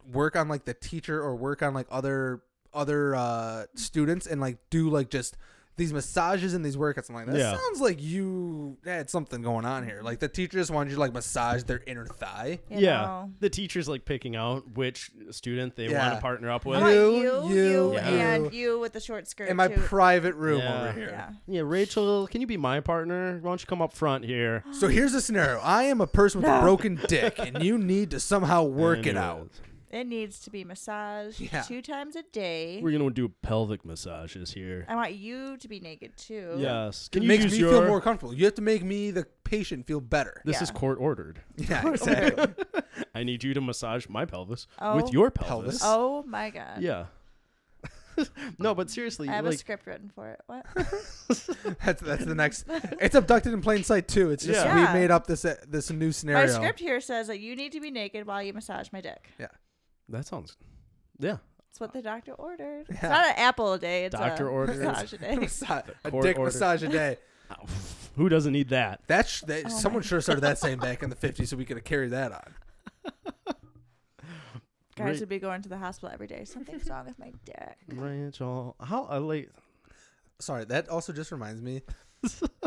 Speaker 3: work on like the teacher or work on like other other uh students and like do like just these massages and these workouts. I'm like, that
Speaker 2: Yeah.
Speaker 3: sounds like you had something going on here. Like the teacher just wanted you to like massage their inner thigh.
Speaker 4: You
Speaker 2: yeah.
Speaker 4: know.
Speaker 2: The teacher's like picking out which student they want
Speaker 3: Yeah.
Speaker 2: to partner up
Speaker 4: I
Speaker 2: with.
Speaker 3: Right.
Speaker 4: want
Speaker 3: You,
Speaker 4: you, you,
Speaker 3: you,
Speaker 4: and
Speaker 3: you.
Speaker 4: you with the short skirt.
Speaker 3: in my
Speaker 4: too.
Speaker 3: private room
Speaker 2: Yeah.
Speaker 3: over here.
Speaker 4: yeah.
Speaker 2: Yeah, Rachel, can you be my partner? Why don't you come up front here?
Speaker 3: So here's the scenario. I am a person with a
Speaker 4: No.
Speaker 3: broken dick and you need to somehow <gasps> work it out.
Speaker 2: Anyways,
Speaker 4: It needs to be massaged
Speaker 3: Yeah.
Speaker 4: two times a day.
Speaker 2: We're gonna do pelvic massages here.
Speaker 4: I want you to be naked too.
Speaker 2: Yes.
Speaker 3: It
Speaker 2: Can you
Speaker 3: makes
Speaker 2: use
Speaker 3: me
Speaker 2: your?
Speaker 3: feel more comfortable. You have to make me the patient feel better.
Speaker 2: <laughs> this is
Speaker 4: Yeah.
Speaker 2: court ordered.
Speaker 3: Yeah, exactly.
Speaker 2: I need you to massage my pelvis
Speaker 4: Oh.
Speaker 2: with your pelvis.
Speaker 3: Pelvis.
Speaker 4: Oh my god.
Speaker 2: Yeah. <laughs> no, but seriously,
Speaker 4: I have a
Speaker 2: like
Speaker 4: script written for it. What?
Speaker 3: <laughs> that's that's the next. It's abducted in plain sight too. It's just
Speaker 2: Yeah.
Speaker 4: Yeah.
Speaker 3: we made up this uh, this new
Speaker 4: my
Speaker 3: scenario.
Speaker 4: script here says that you need to be naked while you massage my dick.
Speaker 2: that sounds. Yeah.
Speaker 4: That's what the doctor ordered. It's
Speaker 3: Yeah.
Speaker 4: not an apple a day. It's
Speaker 2: Doctor
Speaker 4: a
Speaker 2: ordered.
Speaker 4: massage a day. <laughs>
Speaker 3: Massa- a
Speaker 2: Court
Speaker 3: dick
Speaker 2: order.
Speaker 3: <laughs> massage
Speaker 2: <laughs>
Speaker 3: a day.
Speaker 2: Who doesn't need that?
Speaker 3: That, sh- that
Speaker 4: Oh
Speaker 3: someone
Speaker 4: my
Speaker 3: should have started that saying back
Speaker 4: <laughs>
Speaker 3: in the '50s, so we could have carried that on.
Speaker 4: Guys
Speaker 2: Ra-
Speaker 4: would be going to the hospital every day. Something's wrong with my dick.
Speaker 2: Rachel, how
Speaker 3: uh,
Speaker 2: I like
Speaker 3: Sorry, that also just reminds
Speaker 4: <laughs>
Speaker 3: me.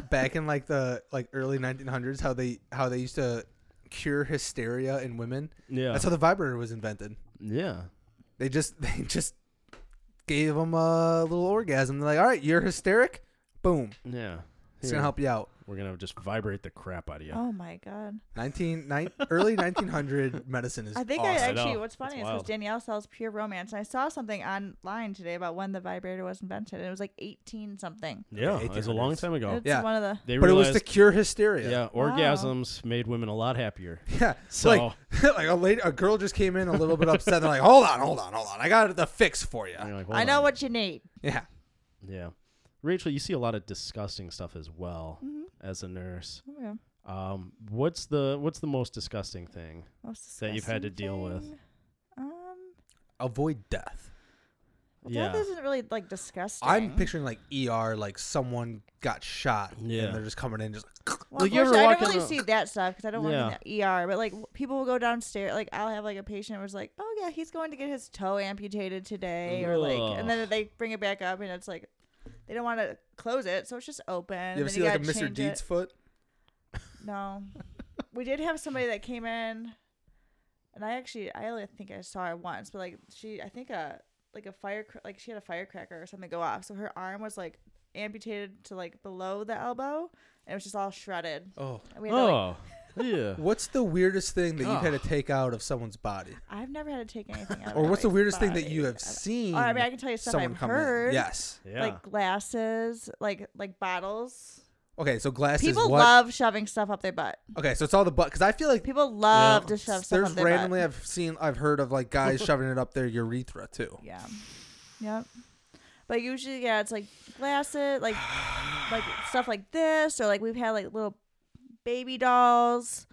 Speaker 3: back in like the like early 1900s, how they how they used to cure hysteria in women.
Speaker 2: yeah
Speaker 3: That's how the vibrator was invented.
Speaker 2: yeah
Speaker 3: They just <laughs> they just gave them a little orgasm. They're like, "All right, you're hysteric. Boom,
Speaker 2: yeah.
Speaker 3: it's
Speaker 2: Here,
Speaker 3: gonna help you out."
Speaker 2: We're gonna just vibrate the crap out of you.
Speaker 4: Oh my god.
Speaker 3: 19 nine, early
Speaker 2: <laughs>
Speaker 3: 1900 medicine is
Speaker 4: I think I
Speaker 3: awesome.
Speaker 4: actually.
Speaker 2: know.
Speaker 4: What's funny
Speaker 2: That's
Speaker 4: is because
Speaker 2: wild.
Speaker 4: Danielle sells pure romance, and I saw something online today about when the vibrator was invented. and It was like eighteen something.
Speaker 2: Yeah,
Speaker 3: Okay,
Speaker 2: it was a long
Speaker 3: 1800s.
Speaker 2: time ago.
Speaker 4: It's
Speaker 3: Yeah.
Speaker 4: one of the.
Speaker 2: They
Speaker 3: but it was
Speaker 2: realized,
Speaker 3: to cure hysteria.
Speaker 2: yeah,
Speaker 4: Wow.
Speaker 2: orgasms made women a lot happier.
Speaker 3: Yeah.
Speaker 2: So
Speaker 3: Like, <laughs> like a lady, a girl just came in a little bit upset. They're like, "Hold on, hold on, hold on. I got the fix for you."
Speaker 2: and you're like,
Speaker 4: I
Speaker 2: "Hold
Speaker 4: know
Speaker 2: on."
Speaker 4: what you need.
Speaker 3: Yeah.
Speaker 2: Yeah, Rachel, you see a lot of disgusting stuff as well
Speaker 4: Mm-hmm.
Speaker 2: as a nurse.
Speaker 4: Yeah.
Speaker 2: Um, what's the what's the most disgusting thing?
Speaker 4: Most
Speaker 2: That you've had to
Speaker 4: disgusting
Speaker 2: deal with.
Speaker 4: thing? Um,
Speaker 3: Avoid death.
Speaker 4: well, death
Speaker 2: Yeah.
Speaker 4: isn't really like disgusting.
Speaker 3: I'm picturing like ER, like someone got shot,
Speaker 2: Yeah.
Speaker 3: and they're just coming in, just
Speaker 4: Well,
Speaker 2: Like, you ever
Speaker 4: unfortunately, I
Speaker 2: walk in
Speaker 4: don't really
Speaker 2: the-
Speaker 4: see that stuff because I don't
Speaker 2: Yeah.
Speaker 4: work in the ER. But like w- people will go downstairs. Like I'll have like a patient was like, "Oh yeah, he's going to get his toe amputated today," or like, and then
Speaker 2: Ugh.
Speaker 4: they bring it back up and it's like they don't want to close it, so it's just open.
Speaker 3: <laughs>
Speaker 4: and
Speaker 3: you ever
Speaker 4: then
Speaker 3: see like a
Speaker 4: gotta
Speaker 3: Mr.
Speaker 4: change
Speaker 3: Deeds
Speaker 4: it.
Speaker 3: foot?
Speaker 4: No, we did have somebody that came in, and I actually I only think I saw her once, but like she I think a like a fire like she had a firecracker or something go off, so her arm was like amputated to like below the elbow, and it was just all shredded.
Speaker 3: Oh,
Speaker 4: And we had to, like,
Speaker 2: Oh, yeah.
Speaker 3: what's the weirdest thing that you've had to take out of someone's body,
Speaker 4: I've never had to take anything out. of
Speaker 3: or what's the
Speaker 4: anybody's
Speaker 3: weirdest thing that
Speaker 4: body.
Speaker 3: you have
Speaker 4: I've-
Speaker 3: seen?
Speaker 4: Oh, I mean, I can tell you stuff
Speaker 3: someone
Speaker 4: I've
Speaker 3: come
Speaker 4: heard.
Speaker 3: in. Yes.
Speaker 2: Yeah.
Speaker 4: <laughs> Like glasses, like like bottles.
Speaker 3: Okay, so glasses.
Speaker 4: People
Speaker 3: what?
Speaker 4: love shoving stuff up their butt.
Speaker 3: Okay, so it's all the butt because I feel like
Speaker 4: People love
Speaker 2: Yeah.
Speaker 4: to shove stuff
Speaker 3: there's
Speaker 4: up their
Speaker 3: randomly
Speaker 4: butt.
Speaker 3: I've seen I've heard of like
Speaker 4: <laughs>
Speaker 3: guys shoving it up their urethra too.
Speaker 4: Yeah. Yep. But usually, yeah, it's like glasses, like like stuff like this, or like we've had like little baby dolls,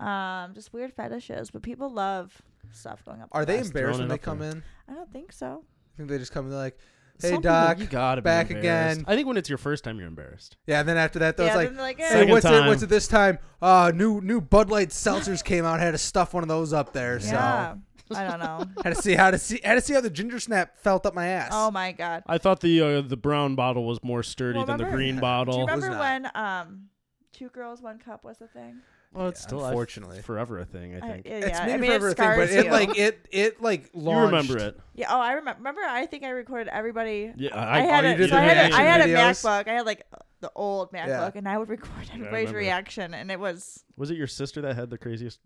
Speaker 4: um, just weird fetishes. But people love stuff going up.
Speaker 3: Are
Speaker 4: their
Speaker 3: they
Speaker 4: butt.
Speaker 3: embarrassed
Speaker 2: throwing it
Speaker 3: when they
Speaker 2: up
Speaker 3: come in?
Speaker 4: I don't think so.
Speaker 3: I think they just come in they're like, "Hey
Speaker 2: Something
Speaker 3: doc."
Speaker 2: that you gotta be
Speaker 3: back
Speaker 2: embarrassed.
Speaker 3: again.
Speaker 2: I think when it's your first time, you're embarrassed.
Speaker 3: Yeah, and then after that, though,
Speaker 4: yeah,
Speaker 3: it's
Speaker 4: then
Speaker 3: like,
Speaker 4: they're like,
Speaker 3: "Hey,
Speaker 4: "Eh."
Speaker 2: Second
Speaker 3: what's it? What's
Speaker 2: time.
Speaker 3: it this time? Uh, new new Bud Light seltzers came out. Had to stuff one of those up there.
Speaker 4: yeah. I
Speaker 3: <laughs>
Speaker 4: don't know.
Speaker 3: So had to see how to see had to see how the ginger snap felt up my ass.
Speaker 4: Oh my god.
Speaker 2: I thought the uh, the brown bottle was more sturdy
Speaker 4: Well,
Speaker 2: than the
Speaker 4: remember- uh,
Speaker 2: green
Speaker 3: Yeah.
Speaker 4: Do you
Speaker 2: bottle.
Speaker 3: was
Speaker 4: remember when
Speaker 3: not.
Speaker 4: um two girls one cup was a thing?
Speaker 2: Well, it's
Speaker 3: Yeah,
Speaker 2: still
Speaker 3: unfortunately.
Speaker 2: it's forever a thing. I think
Speaker 4: yeah,
Speaker 3: it's
Speaker 4: I
Speaker 3: maybe
Speaker 4: mean
Speaker 3: forever
Speaker 4: it
Speaker 3: a thing,
Speaker 4: scars
Speaker 3: but it
Speaker 4: you.
Speaker 3: like it it like
Speaker 2: you
Speaker 3: launched.
Speaker 2: remember it.
Speaker 4: yeah, oh, I remember. Remember, I think I recorded everybody.
Speaker 2: Yeah,
Speaker 4: I,
Speaker 2: I,
Speaker 4: had
Speaker 3: oh, you
Speaker 4: a,
Speaker 3: did
Speaker 4: so
Speaker 3: the
Speaker 4: I had, a, I
Speaker 3: reaction
Speaker 4: had a
Speaker 3: videos?
Speaker 4: MacBook. I had like the old MacBook, and I would record everybody's
Speaker 2: remember.
Speaker 4: reaction, and it was
Speaker 2: Was it your sister that had the craziest?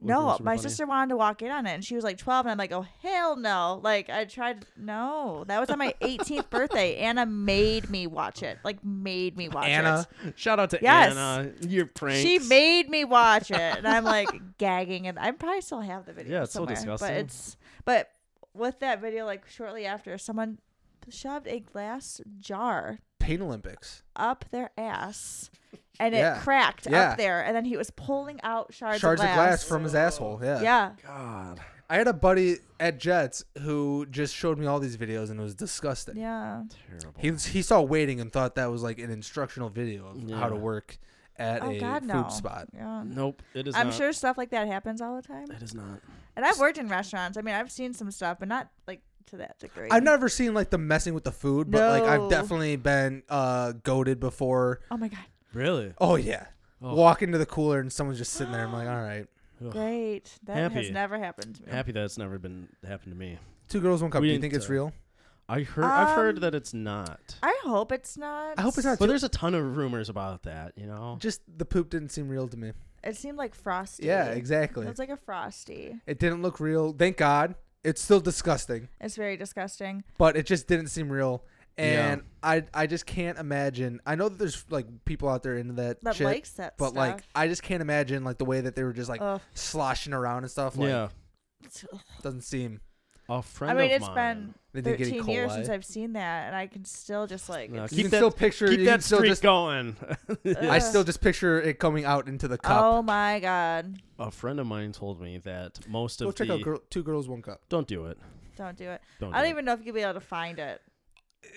Speaker 2: was it
Speaker 4: no.
Speaker 2: super
Speaker 4: My
Speaker 2: funny?
Speaker 4: sister wanted to walk in on it, and she was like twelve, and I'm like, oh hell no! Like I tried. No, that was
Speaker 2: <laughs>
Speaker 4: on my 18th birthday. Anna made me watch it. Like made me watch it.
Speaker 3: Anna,
Speaker 2: Shout out to
Speaker 4: Yes.
Speaker 2: Anna. Your pranks.
Speaker 4: She made me watch it, and I'm like
Speaker 2: <laughs>
Speaker 4: gagging, and I probably still have the video.
Speaker 2: Yeah, it's so
Speaker 4: somewhere,
Speaker 2: disgusting.
Speaker 4: But it's but with that video, like shortly after, someone shoved a glass jar
Speaker 3: Pain Olympics.
Speaker 4: up their ass, and
Speaker 3: Yeah.
Speaker 4: it cracked
Speaker 3: Yeah.
Speaker 4: up there, and then he was pulling out shards,
Speaker 3: Shards
Speaker 4: of
Speaker 3: of
Speaker 4: glass.
Speaker 3: glass from his asshole. Yeah.
Speaker 4: yeah,
Speaker 2: God.
Speaker 3: I had a buddy at Jets who just showed me all these videos and it was disgusting.
Speaker 4: yeah.
Speaker 2: Terrible.
Speaker 3: He he saw waiting and thought that was like an instructional video of how to
Speaker 2: Yeah.
Speaker 3: work at
Speaker 4: Oh
Speaker 3: a
Speaker 4: God,
Speaker 3: food
Speaker 4: no.
Speaker 3: spot.
Speaker 4: Yeah.
Speaker 2: nope. It is
Speaker 4: I'm
Speaker 2: not.
Speaker 4: sure stuff like that happens all the time.
Speaker 2: It is not.
Speaker 4: And I've worked in restaurants. I mean, I've seen some stuff, but not like to that degree.
Speaker 3: I've never seen like the messing with the food, but like I've
Speaker 4: No.
Speaker 3: definitely been uh goaded before.
Speaker 4: Oh my god,
Speaker 1: Really?
Speaker 3: Oh yeah.
Speaker 2: Oh.
Speaker 3: Walk into the cooler and someone's just sitting there. I'm like, all right.
Speaker 4: great! That
Speaker 2: Happy.
Speaker 4: has never happened to me.
Speaker 2: Happy that it's never been happened to me.
Speaker 3: Two girls, one cup.
Speaker 2: We
Speaker 3: Do you
Speaker 2: didn't,
Speaker 3: think it's
Speaker 2: uh,
Speaker 3: real?
Speaker 2: I heard. I've heard
Speaker 4: Um,
Speaker 2: that it's not.
Speaker 4: I hope it's not.
Speaker 3: I hope it's not.
Speaker 2: But
Speaker 3: Too,
Speaker 2: there's a ton of rumors about that. You know.
Speaker 3: just the poop didn't seem real to me.
Speaker 4: It seemed like frosty.
Speaker 3: Yeah, exactly.
Speaker 4: It was like a frosty.
Speaker 3: It didn't look real. Thank God. It's still disgusting,
Speaker 4: It's very disgusting.
Speaker 3: but it just didn't seem real.
Speaker 2: Yeah.
Speaker 3: And I I just can't imagine. I know that there's like people out there into that,
Speaker 4: That
Speaker 3: shit,
Speaker 4: likes that
Speaker 3: but
Speaker 4: stuff.
Speaker 3: like I just can't imagine like the way that they were just like
Speaker 4: Ugh.
Speaker 3: sloshing around and stuff. Like,
Speaker 2: yeah.
Speaker 4: It's-
Speaker 3: doesn't seem
Speaker 2: A
Speaker 4: I
Speaker 2: friend
Speaker 4: mean,
Speaker 2: of
Speaker 4: it's
Speaker 2: mine.
Speaker 3: they
Speaker 4: been
Speaker 3: didn't get E.
Speaker 4: 13 years
Speaker 3: coli.
Speaker 4: since I've seen that, and I can still just like.
Speaker 2: No,
Speaker 4: it's-
Speaker 2: Keep
Speaker 3: you can
Speaker 2: that-
Speaker 3: still picture.
Speaker 2: Keep
Speaker 3: you can
Speaker 2: that
Speaker 3: still
Speaker 2: streak
Speaker 3: just. <laughs>
Speaker 2: going.
Speaker 3: I
Speaker 2: <laughs>
Speaker 4: Ugh.
Speaker 3: still just picture it coming out into the cup.
Speaker 4: Oh my god!
Speaker 2: a friend of mine told me that most
Speaker 3: Go
Speaker 2: of
Speaker 3: check
Speaker 2: the
Speaker 3: out girl, two girls, one cup.
Speaker 2: don't do it.
Speaker 4: Don't do it.
Speaker 2: Don't. do
Speaker 4: I don't
Speaker 2: it.
Speaker 4: even know if you'll be able to find it.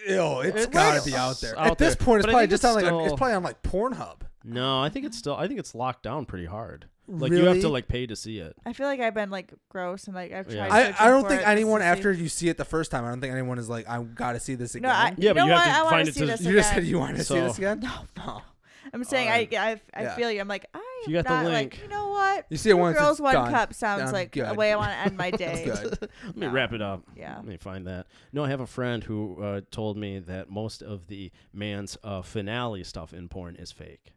Speaker 3: Ew,
Speaker 2: It's
Speaker 3: it's gotta
Speaker 2: worse.
Speaker 3: be out there.
Speaker 2: Out
Speaker 3: At this
Speaker 2: there.
Speaker 3: point, it's
Speaker 2: But I
Speaker 3: probably
Speaker 2: think
Speaker 3: just
Speaker 2: it's
Speaker 3: on like on- it's
Speaker 2: still-
Speaker 3: probably on like Pornhub.
Speaker 2: No, I think it's still. I think it's locked down pretty hard. Like you have
Speaker 3: Really?
Speaker 2: to like pay to see it.
Speaker 4: I feel like I've been like gross and like I've
Speaker 2: Yeah.
Speaker 4: tried.
Speaker 3: I,
Speaker 4: searching
Speaker 3: I don't
Speaker 4: for
Speaker 3: think
Speaker 4: it just
Speaker 3: anyone
Speaker 4: to see-
Speaker 3: after you see it the first time. I don't think anyone is like, I gotta see this again.
Speaker 4: No, I,
Speaker 2: Yeah,
Speaker 4: you
Speaker 2: but
Speaker 4: know
Speaker 2: you have
Speaker 4: what?
Speaker 2: to
Speaker 4: I want
Speaker 2: find it
Speaker 4: to see
Speaker 2: to-
Speaker 4: this.
Speaker 3: you just said
Speaker 4: again.
Speaker 3: you wanted to see
Speaker 2: So-
Speaker 3: this again.
Speaker 4: <laughs> No, no. I'm saying I, I, I
Speaker 3: Yeah.
Speaker 4: feel you. I'm like I
Speaker 2: If
Speaker 4: am
Speaker 2: you got the
Speaker 4: not
Speaker 2: link-
Speaker 4: like you know what.
Speaker 3: You see it
Speaker 4: Two
Speaker 3: once.
Speaker 4: girls,
Speaker 3: it's
Speaker 4: one
Speaker 3: done.
Speaker 4: cup sounds
Speaker 3: I'm
Speaker 4: like a
Speaker 3: good.
Speaker 4: way I want to end
Speaker 3: <laughs>
Speaker 4: my
Speaker 3: It's
Speaker 4: day.
Speaker 3: good.
Speaker 2: Let me
Speaker 4: No.
Speaker 2: wrap it up.
Speaker 4: Yeah.
Speaker 2: Let me find that. No, I have a friend who uh, told me that most of the man's uh, finale stuff in porn is fake.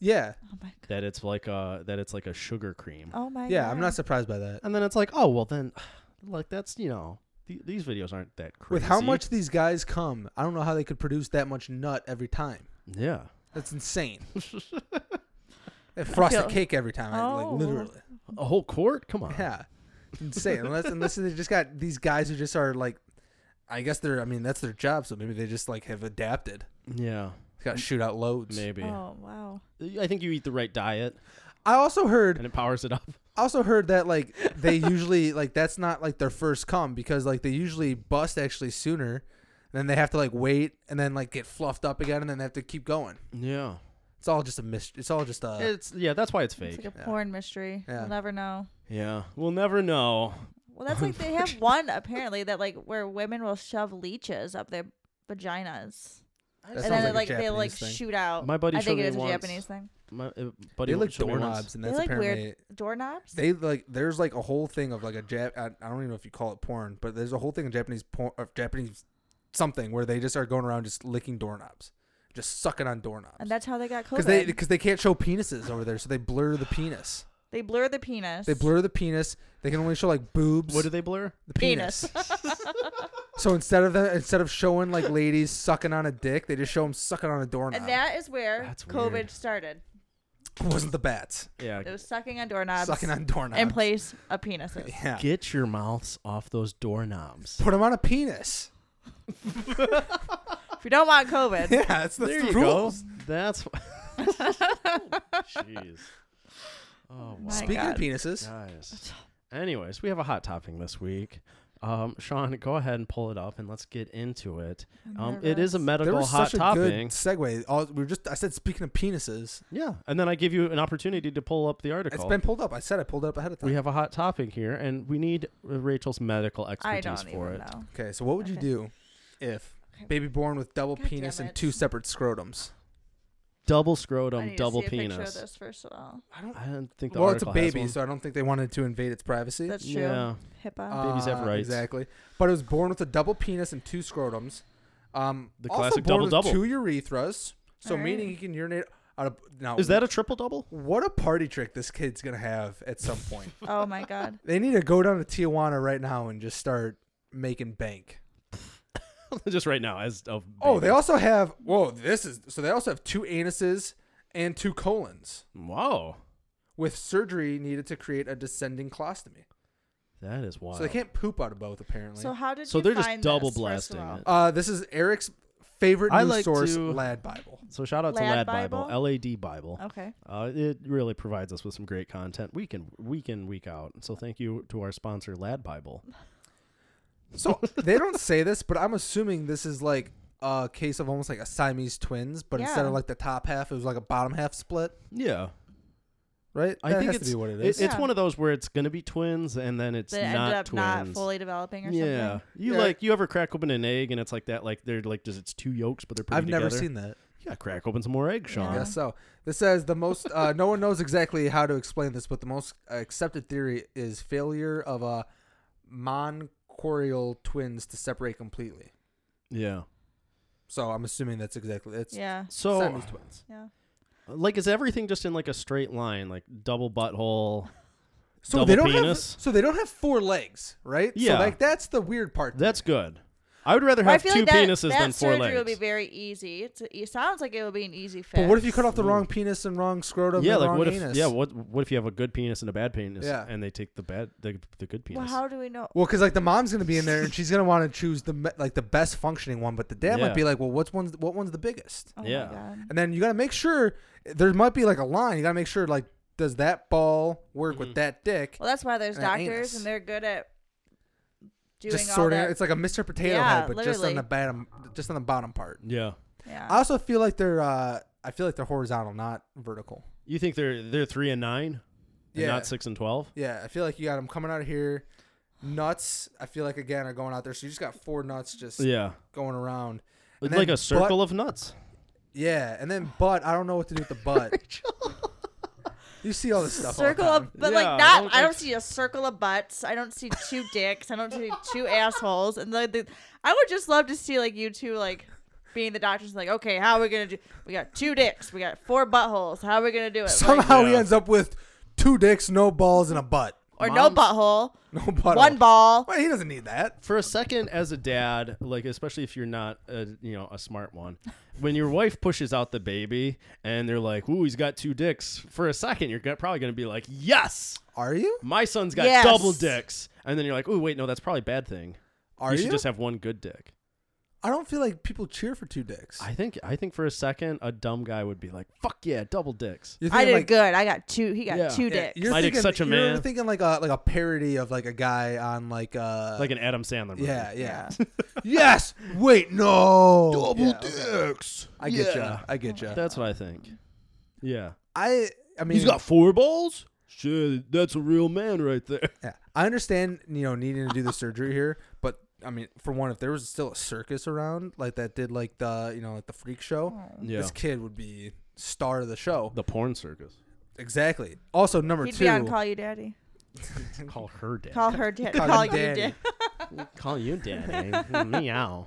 Speaker 3: Yeah,
Speaker 4: Oh my god.
Speaker 2: That it's like a that it's like a sugar cream.
Speaker 4: Oh my
Speaker 3: yeah. I'm
Speaker 4: God.
Speaker 3: not surprised by that.
Speaker 2: And then it's like, oh well, then, <sighs> like that's you know, th- these videos aren't that crazy.
Speaker 3: With how much these guys come, I don't know how they could produce that much nut every time.
Speaker 2: Yeah. <laughs>
Speaker 3: That's insane. they frost the
Speaker 4: feel-
Speaker 3: cake every time. I-
Speaker 4: Oh.
Speaker 3: Like literally.
Speaker 2: A whole quart? Come on.
Speaker 3: Yeah, It's insane. unless unless they just got these guys who just are like, I guess they're. I mean, that's their job. So maybe they just like have adapted.
Speaker 2: Yeah.
Speaker 3: Got to shoot out loads.
Speaker 2: Maybe.
Speaker 4: Oh wow.
Speaker 2: I think you eat the right diet
Speaker 3: I also heard.
Speaker 2: and it powers it up.
Speaker 3: I also heard that like they usually like that's not like their first come because like they usually bust actually sooner. Then they have to like wait and then like get fluffed up again and then they have to keep going.
Speaker 2: <laughs> Yeah.
Speaker 3: It's all just a mist. It's all just a.
Speaker 2: Uh, it's yeah. That's why it's fake.
Speaker 4: It's like a
Speaker 3: Yeah.
Speaker 4: porn mystery.
Speaker 3: Yeah.
Speaker 4: We'll never know.
Speaker 2: yeah. We'll never know.
Speaker 4: Well, that's
Speaker 2: <laughs>
Speaker 4: like they have one apparently that like where women will shove leeches up their vaginas,
Speaker 3: That
Speaker 4: and then
Speaker 3: sounds
Speaker 4: it, like
Speaker 3: a
Speaker 4: they like
Speaker 3: Japanese thing.
Speaker 4: shoot out.
Speaker 2: My buddy
Speaker 4: I think
Speaker 2: showed
Speaker 4: it
Speaker 2: me
Speaker 4: is
Speaker 2: once.
Speaker 4: a Japanese thing.
Speaker 2: My uh, buddy
Speaker 3: They like
Speaker 2: showed me once.
Speaker 3: doorknobs and
Speaker 4: They
Speaker 3: that's
Speaker 4: like weird-
Speaker 3: apparently.
Speaker 4: Doorknobs.
Speaker 3: They like there's like a whole thing of like a Jap. I, I don't even know if you call it porn, but there's a whole thing in Japanese porn of Japanese something where they just are going around just licking doorknobs, just sucking on doorknobs.
Speaker 4: and that's how they got COVID.
Speaker 3: because they because they can't show penises over there, so they blur the penis.
Speaker 4: They blur the penis.
Speaker 3: They blur the penis. They can only show like boobs.
Speaker 2: What do they blur?
Speaker 3: the
Speaker 4: penis.
Speaker 3: penis. <laughs> so instead of that, instead of showing like ladies sucking on a dick, they just show them sucking on a doorknob.
Speaker 4: and that is where
Speaker 2: That's
Speaker 4: COVID
Speaker 2: weird.
Speaker 4: started.
Speaker 3: wasn't the bats
Speaker 2: Yeah.
Speaker 4: It was sucking on doorknobs
Speaker 3: sucking on doorknobs.
Speaker 4: in place of penises.
Speaker 3: <laughs> Yeah.
Speaker 2: <laughs> Get your mouths off those
Speaker 4: <laughs>
Speaker 2: doorknobs.
Speaker 3: Put them on a penis.
Speaker 4: if you don't want
Speaker 2: <laughs>
Speaker 3: <laughs>
Speaker 4: COVID,
Speaker 3: Yeah, that's the
Speaker 2: There you go.
Speaker 3: rules.
Speaker 2: That's.
Speaker 4: <laughs>
Speaker 2: Oh, Jeez. Oh wow.
Speaker 4: My
Speaker 3: Speaking of
Speaker 4: God.
Speaker 3: penises,
Speaker 2: Guys. Anyways, we have a hot topping this week. Um, Sean, go ahead and pull it up and let's get into it. Um, it is a
Speaker 3: there
Speaker 2: medical
Speaker 3: was
Speaker 2: hot
Speaker 3: such a
Speaker 2: topping.
Speaker 3: good segue. All, we were just I said speaking of penises,
Speaker 2: Yeah, and then I give you an opportunity to pull up the article.
Speaker 3: it's been pulled up. I said I pulled it up ahead of time.
Speaker 2: we have a hot topic here, and we need uh, Rachel's medical
Speaker 4: I
Speaker 2: expertise
Speaker 4: don't even
Speaker 2: for it.
Speaker 4: know.
Speaker 3: okay, so what would you
Speaker 4: Okay.
Speaker 3: do if
Speaker 4: Okay.
Speaker 3: baby born with double
Speaker 4: God
Speaker 3: penis
Speaker 4: damn
Speaker 3: and
Speaker 4: it.
Speaker 3: two separate scrotums?
Speaker 2: Double
Speaker 4: I
Speaker 2: scrotum,
Speaker 4: need
Speaker 2: double
Speaker 4: to see A picture
Speaker 2: penis.
Speaker 4: of this first of all.
Speaker 3: I don't.
Speaker 2: I don't think the
Speaker 3: Well, it's a
Speaker 2: article has
Speaker 3: baby,
Speaker 2: one.
Speaker 3: so I don't think they wanted to invade its privacy.
Speaker 4: That's true.
Speaker 2: yeah,
Speaker 4: HIPAA.
Speaker 2: Babies have
Speaker 3: Uh,
Speaker 2: rights.
Speaker 3: Exactly. But it was born with a double penis and two scrotums. Um,
Speaker 2: The
Speaker 3: also
Speaker 2: classic
Speaker 3: born with
Speaker 2: double-double.
Speaker 3: Two urethras. So
Speaker 4: Alright.
Speaker 3: meaning he can urinate out of now.
Speaker 2: is that a triple double? <laughs>
Speaker 3: what a party trick this kid's gonna have at some point?
Speaker 4: oh my
Speaker 2: <laughs>
Speaker 4: god.
Speaker 3: they need to go down to Tijuana right now and just start making bank.
Speaker 2: Just right now, as of
Speaker 3: Oh,
Speaker 2: baby.
Speaker 3: they also have. Whoa, this is so they also have two anuses and two colons
Speaker 2: Wow,
Speaker 3: with surgery needed to create a descending colostomy.
Speaker 2: that is wild.
Speaker 3: So they can't poop out of both apparently.
Speaker 4: So how did
Speaker 2: So
Speaker 4: you
Speaker 2: they're just
Speaker 4: find
Speaker 2: double
Speaker 4: this, first of
Speaker 2: blasting
Speaker 4: all?
Speaker 2: it.
Speaker 3: uh, this is Eric's favorite
Speaker 2: I
Speaker 3: news
Speaker 2: like
Speaker 3: source,
Speaker 2: to-
Speaker 3: Lad Bible.
Speaker 2: So shout out to
Speaker 4: Lad
Speaker 2: Lad Bible,
Speaker 4: Bible? Oh.
Speaker 2: L A D Bible.
Speaker 4: Okay.
Speaker 2: Uh, it really provides us with some great content week in week in week out. So thank you to our sponsor, Lad
Speaker 4: <laughs>
Speaker 2: Bible.
Speaker 3: So they don't say this, but I'm assuming this is like a case of almost like a Siamese twins, but instead
Speaker 4: Yeah.
Speaker 3: of like the top half, it was like a bottom half split.
Speaker 2: Yeah,
Speaker 3: right?
Speaker 2: I
Speaker 3: That
Speaker 2: think
Speaker 3: has
Speaker 2: it's
Speaker 3: to be what it
Speaker 2: it-
Speaker 3: is.
Speaker 2: it's
Speaker 4: Yeah.
Speaker 2: one of those where it's gonna be twins and then it's
Speaker 4: that ended
Speaker 2: not
Speaker 4: up not
Speaker 2: twins.
Speaker 4: fully developing or
Speaker 2: yeah,
Speaker 4: something.
Speaker 2: you
Speaker 3: Yeah.
Speaker 2: like you ever crack open an egg and it's like that, like they're like just it's two yolks, but they're pretty
Speaker 3: I've never
Speaker 2: together.
Speaker 3: seen that.
Speaker 2: Yeah, crack open some more eggs, Sean.
Speaker 3: I guess so. This says the most. Uh, no one knows exactly how to explain this, but the most accepted theory is failure of uh, monochorial twins to separate completely.
Speaker 2: Yeah.
Speaker 3: So I'm assuming that's exactly that's
Speaker 4: Yeah.
Speaker 2: So,
Speaker 3: Siamese twins.
Speaker 4: Yeah.
Speaker 2: like, is everything just in like a straight line, like double butthole?
Speaker 3: So
Speaker 2: Double
Speaker 3: they don't
Speaker 2: penis?
Speaker 3: have. So they don't have four legs, right?
Speaker 2: Yeah.
Speaker 3: So like that's the weird part. to
Speaker 2: That's
Speaker 3: me.
Speaker 2: good. I would rather
Speaker 4: Well, I
Speaker 2: have
Speaker 4: feel
Speaker 2: two
Speaker 4: like that,
Speaker 2: penises
Speaker 4: that
Speaker 2: than four
Speaker 4: surgery
Speaker 2: legs.
Speaker 4: would be very easy. It's, it sounds like it would be an easy fix.
Speaker 3: But what if you cut off the wrong penis and wrong scrotum?
Speaker 2: yeah,
Speaker 3: and
Speaker 2: like
Speaker 3: wrong
Speaker 2: what if?
Speaker 3: anus?
Speaker 2: Yeah, what what if you have a good penis and a bad penis?
Speaker 3: Yeah.
Speaker 2: and they take the bad, the, the good penis.
Speaker 4: Well, how do we know?
Speaker 3: Well, because like the mom's gonna be in there and she's gonna want to choose the me- like the best functioning one, but the dad
Speaker 2: Yeah.
Speaker 3: might be like, well, what's one's what one's the biggest?
Speaker 4: Oh
Speaker 2: Yeah.
Speaker 4: My God.
Speaker 3: And then you gotta make sure there might be like a line. You gotta make sure like does that ball work
Speaker 2: Mhm.
Speaker 3: with that dick?
Speaker 4: Well, that's why there's
Speaker 3: And an
Speaker 4: doctors
Speaker 3: anus.
Speaker 4: and they're good at doing
Speaker 3: just
Speaker 4: all
Speaker 3: sorting.
Speaker 4: that.
Speaker 3: It's like a Mr. Potato
Speaker 4: Yeah,
Speaker 3: Head, but just
Speaker 4: literally.
Speaker 3: on the bottom, just on the bottom part.
Speaker 2: Yeah,
Speaker 4: yeah.
Speaker 3: I also feel like they're. uh I feel like they're horizontal, not vertical.
Speaker 2: you think they're they're three and nine, and
Speaker 3: Yeah.
Speaker 2: not six and twelve?
Speaker 3: Yeah, I feel like you got them coming out of here. Nuts. I feel like again are going out there. So you just got four nuts just
Speaker 2: Yeah,
Speaker 3: going around.
Speaker 2: it's
Speaker 3: And
Speaker 2: like
Speaker 3: then
Speaker 2: a circle of nuts.
Speaker 3: Yeah, and then butt. I don't know what to do with the
Speaker 4: <laughs>
Speaker 3: butt. you see all this stuff.
Speaker 4: circle
Speaker 3: all the time.
Speaker 4: of, but
Speaker 2: Yeah,
Speaker 4: like not.
Speaker 2: don't
Speaker 4: I don't
Speaker 2: like-
Speaker 4: see a circle of butts. I don't see two dicks. I don't see two assholes. And like, the, I would just love to see like you two like being the doctors. Like, okay, how are we gonna do? We got two dicks. We got four buttholes. How are we gonna do it? Like,
Speaker 3: Somehow he
Speaker 2: Yeah.
Speaker 3: ends up with two dicks, no balls, and a butt. <laughs>
Speaker 4: or no
Speaker 2: Moms-
Speaker 4: butthole,
Speaker 3: No butt.
Speaker 4: one ball.
Speaker 3: Well, he doesn't need that.
Speaker 2: For a second, as a dad, like especially if you're not a you know a smart one, when your wife pushes out the baby and they're like, "Ooh, he's got two dicks," for a second you're go- probably gonna be like, "Yes,
Speaker 3: Are you?
Speaker 2: my son's got
Speaker 4: Yes.
Speaker 2: double dicks," and then you're like, "Ooh, wait, no, that's probably a bad thing.
Speaker 3: Are
Speaker 2: you
Speaker 3: you?
Speaker 2: should just have one good dick."
Speaker 3: I don't feel like people cheer for two dicks.
Speaker 2: I think I think for a second a dumb guy would be like, "Fuck yeah, double dicks."
Speaker 3: You're
Speaker 4: I did
Speaker 3: like,
Speaker 4: good. I got two. He got
Speaker 2: Yeah.
Speaker 4: two
Speaker 3: yeah,
Speaker 4: dicks.
Speaker 3: you're
Speaker 2: My dick's
Speaker 3: thinking-
Speaker 2: such a
Speaker 3: you're
Speaker 2: man.
Speaker 3: thinking like a like a parody of like a guy on like uh
Speaker 2: Like an Adam Sandler movie.
Speaker 3: yeah yeah.
Speaker 4: Yeah.
Speaker 2: <laughs>
Speaker 3: yes. Wait, no. Yeah, okay.
Speaker 2: dicks.
Speaker 3: I get ya.
Speaker 2: Yeah.
Speaker 3: I get ya.
Speaker 2: That's what I think. Yeah.
Speaker 3: I I mean
Speaker 2: four balls? Shit, that's a real man right there.
Speaker 3: Yeah, I understand, you know, needing to do the surgery here, but I mean, for one, if there was still a circus around like that did like the, you know, like the freak show,
Speaker 4: Oh.
Speaker 2: Yeah.
Speaker 3: this kid would be star of the show.
Speaker 2: The porn circus.
Speaker 3: Exactly. Also, number
Speaker 4: He'd
Speaker 3: two,
Speaker 4: be on call you daddy.
Speaker 2: <laughs> Call her dad.
Speaker 4: Call her dad.
Speaker 3: Call
Speaker 4: Call,
Speaker 3: him
Speaker 4: you
Speaker 3: daddy.
Speaker 4: daddy. <laughs>
Speaker 2: Call you daddy. Meow.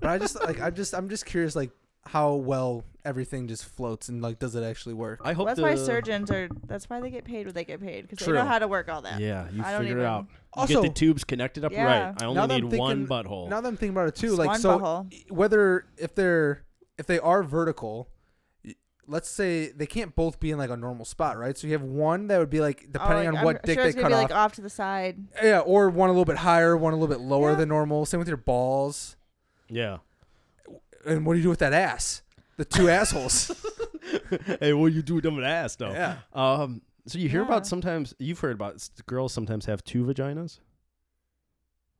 Speaker 3: but I just like I'm just I'm just curious like how well everything just floats and like does it actually work?
Speaker 2: I hope
Speaker 4: That's
Speaker 2: the,
Speaker 4: why surgeons are. That's why they get paid what they get paid because they know
Speaker 3: True.
Speaker 4: how to work all that.
Speaker 2: Yeah, you
Speaker 4: I don't
Speaker 2: figured it
Speaker 4: even-
Speaker 2: out. you
Speaker 3: Also-
Speaker 2: get the tubes connected up
Speaker 4: Yeah.
Speaker 2: right. I
Speaker 3: Now
Speaker 2: only
Speaker 3: that
Speaker 2: need
Speaker 3: I'm
Speaker 2: one
Speaker 3: thinking-
Speaker 2: butthole.
Speaker 3: Now that I'm thinking about it too,
Speaker 4: Just
Speaker 3: like
Speaker 4: one
Speaker 3: so e,
Speaker 4: butthole.
Speaker 3: whether if they're if they are vertical, y- let's say they can't both be in like a normal spot, right? So you have one that would be like depending
Speaker 4: Oh, like,
Speaker 3: on
Speaker 4: I'm
Speaker 3: what dick
Speaker 4: sure
Speaker 3: they
Speaker 4: it's
Speaker 3: cut
Speaker 4: gonna be
Speaker 3: off.
Speaker 4: like off to the side.
Speaker 3: Yeah, or one a little bit higher, one a little bit lower
Speaker 4: Yeah.
Speaker 3: than normal. Same with your balls.
Speaker 2: yeah.
Speaker 3: And what do you do with that ass? The
Speaker 4: <laughs>
Speaker 3: two assholes.
Speaker 2: <laughs> hey, what you do with them ass though?
Speaker 3: Yeah.
Speaker 2: Um. So you hear
Speaker 4: Yeah.
Speaker 2: about sometimes you've heard about s- girls sometimes have two vaginas,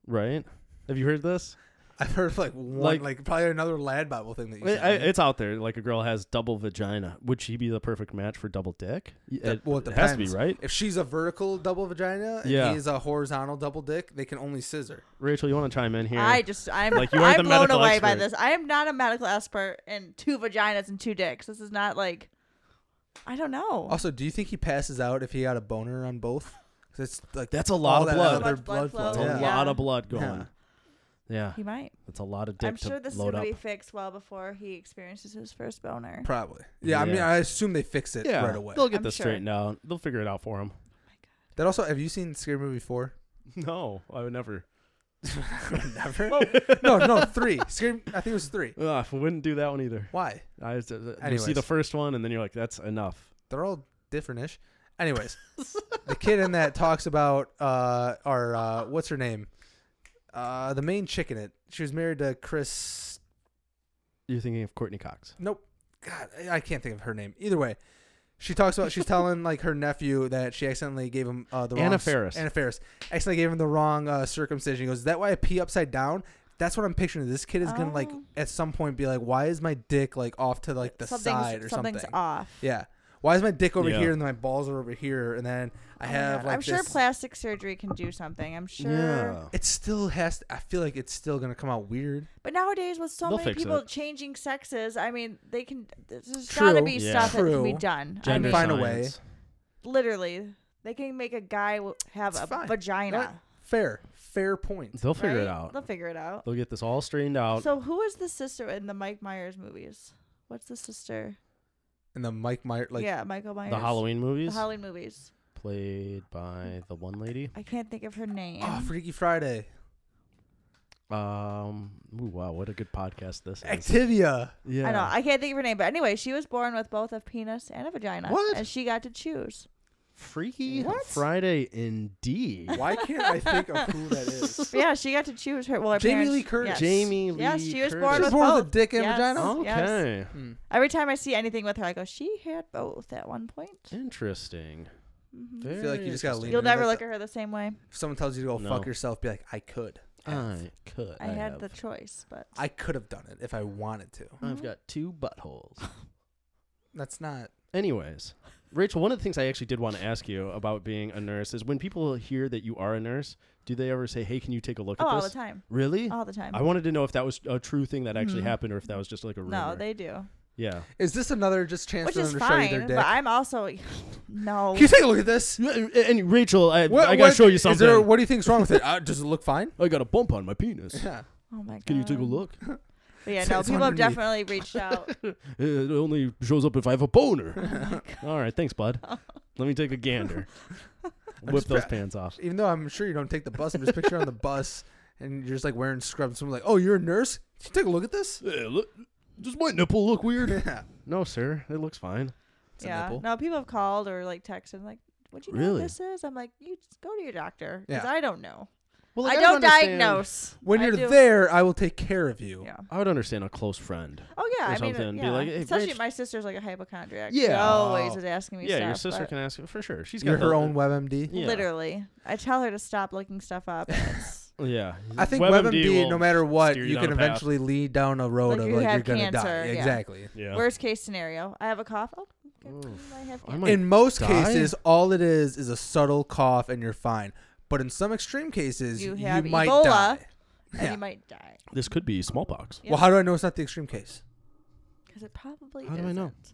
Speaker 2: right? Have you heard this?
Speaker 3: I've heard of like one,
Speaker 2: Like-
Speaker 3: like, probably another lad Bible thing that you
Speaker 2: I- I-
Speaker 3: said.
Speaker 2: it's out there. Like a girl has double vagina. Would she be the perfect match for double dick? Y-
Speaker 3: Dep- well, it
Speaker 2: it has to be
Speaker 3: depends.
Speaker 2: right.
Speaker 3: if she's a vertical double vagina and
Speaker 2: Yeah.
Speaker 3: he's a horizontal double dick, they can only scissor.
Speaker 2: Rachel, you want to chime in here?
Speaker 4: I just I'm
Speaker 2: Like, you aren't
Speaker 4: I'm
Speaker 2: the
Speaker 4: blown
Speaker 2: medical
Speaker 4: away by
Speaker 2: expert.
Speaker 4: this. I am not a medical expert in two vaginas and two dicks. This is not like I don't know.
Speaker 3: Also, do you think he passes out if he got a boner on both? 'Cause it's like
Speaker 2: That's a lot
Speaker 3: all
Speaker 2: of
Speaker 3: that
Speaker 2: blood.
Speaker 3: other
Speaker 4: So much blood
Speaker 3: flow.
Speaker 2: That's
Speaker 4: flow.
Speaker 2: a
Speaker 3: Yeah.
Speaker 4: Yeah.
Speaker 2: lot of blood going. Yeah.
Speaker 3: Yeah.
Speaker 4: he might.
Speaker 2: that's a lot of dick
Speaker 4: I'm sure
Speaker 2: to
Speaker 4: this is
Speaker 2: load
Speaker 4: gonna
Speaker 2: up.
Speaker 4: be fixed well before he experiences his first boner.
Speaker 3: Probably. Yeah, I mean,
Speaker 2: Yeah.
Speaker 3: I assume they fix it
Speaker 2: yeah,
Speaker 3: right away.
Speaker 2: they'll get
Speaker 4: I'm
Speaker 2: this
Speaker 4: sure.
Speaker 2: straightened out. They'll figure it out for him.
Speaker 3: That also, have you seen Scary Movie 4?
Speaker 2: <laughs> No, I would never.
Speaker 3: <laughs>
Speaker 2: <laughs>
Speaker 3: Never? no, no, 3. Scary, I think it was 3.
Speaker 2: Ugh, I Ah, wouldn't do that one either.
Speaker 3: Why?
Speaker 2: I just, you see
Speaker 3: Anyways.
Speaker 2: the first one and then you're like, that's
Speaker 4: <laughs>
Speaker 2: enough.
Speaker 3: they're all different ish. Anyways, the kid in that talks about uh our uh what's her name? Uh the main chick in it. She was married to Chris
Speaker 2: You're thinking of Courtney Cox.
Speaker 3: Nope. God, I- I can't think of her name. Either way. She talks about she's telling like her nephew that she accidentally gave him uh, the wrong
Speaker 2: Anna Faris.
Speaker 3: Anna Faris accidentally gave him the wrong uh, circumcision. He goes, "Is that why I pee upside down?" That's what I'm picturing. This kid is gonna like
Speaker 4: Oh.
Speaker 3: at some point be like, "Why is my dick like off to like the
Speaker 4: Something's-
Speaker 3: side or
Speaker 4: something's
Speaker 3: something?"
Speaker 4: off.
Speaker 3: Yeah. Why is my dick over
Speaker 2: Yeah.
Speaker 3: here and my balls are over here? And then I
Speaker 4: Oh my
Speaker 3: have
Speaker 4: God.
Speaker 3: like
Speaker 4: I'm sure
Speaker 3: this-
Speaker 4: plastic surgery can do something. I'm sure.
Speaker 2: Yeah.
Speaker 3: It still has. To, I feel like it's still gonna come out weird.
Speaker 4: But nowadays, with so
Speaker 2: They'll
Speaker 4: many
Speaker 2: fix
Speaker 4: people
Speaker 2: it.
Speaker 4: changing sexes, I mean, they can. There's
Speaker 3: True.
Speaker 4: gotta be
Speaker 2: Yeah.
Speaker 4: stuff that can be
Speaker 3: True.
Speaker 4: done. I
Speaker 2: Gender
Speaker 4: mean,
Speaker 3: Find a way.
Speaker 2: science.
Speaker 4: literally, they can make a guy w- have
Speaker 3: It's
Speaker 4: a
Speaker 3: fine.
Speaker 4: vagina.
Speaker 3: Not- Fair, fair point.
Speaker 2: They'll figure it
Speaker 4: right?
Speaker 2: out.
Speaker 4: They'll figure it out.
Speaker 2: They'll get this all straightened out.
Speaker 4: So, who is the sister in the Mike Myers movies? What's the sister?
Speaker 3: And the Mike Meyer, like
Speaker 4: yeah, Michael Myers.
Speaker 2: the Halloween
Speaker 4: The
Speaker 2: movies,
Speaker 4: Halloween movies.
Speaker 2: played by the one lady.
Speaker 4: I can't think of her name.
Speaker 3: oh, Freaky Friday,
Speaker 2: Um, ooh, wow, what a good podcast this is.
Speaker 3: Activia.
Speaker 2: Yeah,
Speaker 4: I know. I can't think of her name. But anyway, she was born with both a penis and a vagina.
Speaker 2: What?
Speaker 4: And she got to choose.
Speaker 2: Freaky
Speaker 3: What?
Speaker 2: Friday indeed.
Speaker 3: Why can't I think of who
Speaker 4: <laughs>
Speaker 3: that
Speaker 2: <laughs>
Speaker 3: is?
Speaker 4: But yeah, she got to choose her. Well, her
Speaker 3: Jamie
Speaker 4: parents-
Speaker 3: Lee Curtis.
Speaker 4: yes.
Speaker 2: Jamie Lee.
Speaker 4: Yes, she was
Speaker 2: Curtis.
Speaker 4: born
Speaker 3: She's
Speaker 4: with
Speaker 3: born with a
Speaker 4: both.
Speaker 3: dick and
Speaker 4: Yes. Oh.
Speaker 3: vagina.
Speaker 4: yes.
Speaker 2: Okay,
Speaker 3: Hmm.
Speaker 4: Every time I see anything with her, I go, she had both at one point.
Speaker 2: interesting.
Speaker 4: Mhm.
Speaker 2: Very
Speaker 3: feel like you just gotta
Speaker 2: interesting.
Speaker 3: lean
Speaker 4: You'll
Speaker 3: in.
Speaker 4: never
Speaker 3: That's
Speaker 4: look
Speaker 3: a-
Speaker 4: at her the same way.
Speaker 3: If someone tells you to go
Speaker 2: No.
Speaker 3: fuck yourself, be like, I could. have.
Speaker 2: I could.
Speaker 4: I, had
Speaker 2: have.
Speaker 4: the choice, but Mm-hmm.
Speaker 3: I could have done it if I wanted to.
Speaker 2: I've got two buttholes.
Speaker 4: <laughs>
Speaker 3: That's not.
Speaker 2: Anyways, Rachel, one of the things I actually did want to ask you about being a nurse is when people hear that you are a nurse, do they ever say, "Hey, can you take a look
Speaker 4: oh,
Speaker 2: at
Speaker 4: all
Speaker 2: this?"
Speaker 4: the time,
Speaker 2: Really?
Speaker 4: all the time.
Speaker 2: I wanted to know if that was a true thing that actually
Speaker 4: Mhm.
Speaker 2: happened or if that was just like a rumor.
Speaker 4: no, they do,
Speaker 2: yeah.
Speaker 3: Is this another just chance
Speaker 4: which
Speaker 3: for
Speaker 4: is
Speaker 3: them to show you their
Speaker 4: fine.
Speaker 3: dick?
Speaker 4: But I'm also no.
Speaker 3: Can you take a look at this?
Speaker 2: And and Rachel, I,
Speaker 3: What-
Speaker 2: I gotta
Speaker 3: what-
Speaker 2: show you
Speaker 3: Is
Speaker 2: something.
Speaker 3: there, what do you think's wrong
Speaker 2: <laughs>
Speaker 3: with it? Uh, does it look fine?
Speaker 2: I got a bump on my penis.
Speaker 3: <laughs>
Speaker 4: <laughs>
Speaker 3: Yeah.
Speaker 4: Oh my god.
Speaker 2: Can you take a look?
Speaker 4: But yeah,
Speaker 3: It's-
Speaker 4: no.
Speaker 3: it's
Speaker 4: People have
Speaker 3: underneath.
Speaker 4: definitely reached out.
Speaker 2: It only shows up if I have a boner. <laughs>
Speaker 4: Oh
Speaker 2: All right, thanks,
Speaker 4: <laughs>
Speaker 2: bud. Let me take a gander. Whip
Speaker 3: just
Speaker 2: those
Speaker 3: pra-
Speaker 2: pants off.
Speaker 3: Even though I'm sure you don't take the bus, I'm just picturing on the bus and you're just like wearing scrubs. Someone's like, oh, you're a nurse? Can you take a look at this?
Speaker 2: Eh, look, does my nipple look weird?
Speaker 3: <laughs> Yeah.
Speaker 2: no, sir. It looks fine.
Speaker 3: It's a
Speaker 4: yeah.
Speaker 3: nipple.
Speaker 4: No, people have called or like texted like, "What do you know
Speaker 2: Really?
Speaker 4: this is?" I'm like, "You just go to your doctor because
Speaker 3: Yeah.
Speaker 4: I don't know.
Speaker 2: Well,
Speaker 4: I,
Speaker 2: like,
Speaker 4: don't
Speaker 2: would understand-
Speaker 4: diagnose."
Speaker 3: When
Speaker 4: I
Speaker 3: you're
Speaker 4: do-
Speaker 3: there, I will take care of you.
Speaker 4: Yeah.
Speaker 2: I would understand a close friend.
Speaker 4: Oh yeah,
Speaker 2: or
Speaker 4: I mean,
Speaker 2: something, be
Speaker 4: yeah.
Speaker 2: like, "Hey,
Speaker 4: especially
Speaker 2: Rach-
Speaker 4: my sister's like a hypochondriac. she
Speaker 2: Yeah.
Speaker 4: always is asking me.
Speaker 2: yeah,
Speaker 4: stuff,
Speaker 2: your sister
Speaker 4: but
Speaker 2: can ask you for sure. She's got
Speaker 3: You're her
Speaker 2: the-
Speaker 3: own WebMD.
Speaker 2: Yeah.
Speaker 4: Literally, I tell her to stop looking stuff
Speaker 2: <laughs>
Speaker 4: up. and it's-
Speaker 2: Yeah,
Speaker 3: I think
Speaker 2: WebMD
Speaker 3: WebMD,
Speaker 2: will
Speaker 3: no matter what,
Speaker 2: steer you
Speaker 3: you
Speaker 2: down
Speaker 3: can
Speaker 2: a path.
Speaker 3: eventually lead down a road
Speaker 4: Like
Speaker 3: of
Speaker 4: you
Speaker 3: like you're
Speaker 4: have
Speaker 3: gonna die.
Speaker 4: cancer, yeah.
Speaker 3: Exactly.
Speaker 2: Yeah.
Speaker 4: Worst case scenario, I have a cough. Oh, okay,
Speaker 2: Oof.
Speaker 4: I have
Speaker 2: I
Speaker 4: cancer.
Speaker 2: might
Speaker 3: in most
Speaker 2: die?
Speaker 3: cases, all it is is a subtle cough, and you're fine. But in some extreme cases,
Speaker 4: You
Speaker 3: you,
Speaker 4: have
Speaker 3: might
Speaker 4: Ebola.
Speaker 3: die.
Speaker 4: and
Speaker 3: Yeah.
Speaker 4: you might die
Speaker 2: this could be smallpox.
Speaker 4: Yeah.
Speaker 3: Well, how do I know it's not the extreme case?
Speaker 4: because it probably.
Speaker 2: How do I know?
Speaker 4: isn't.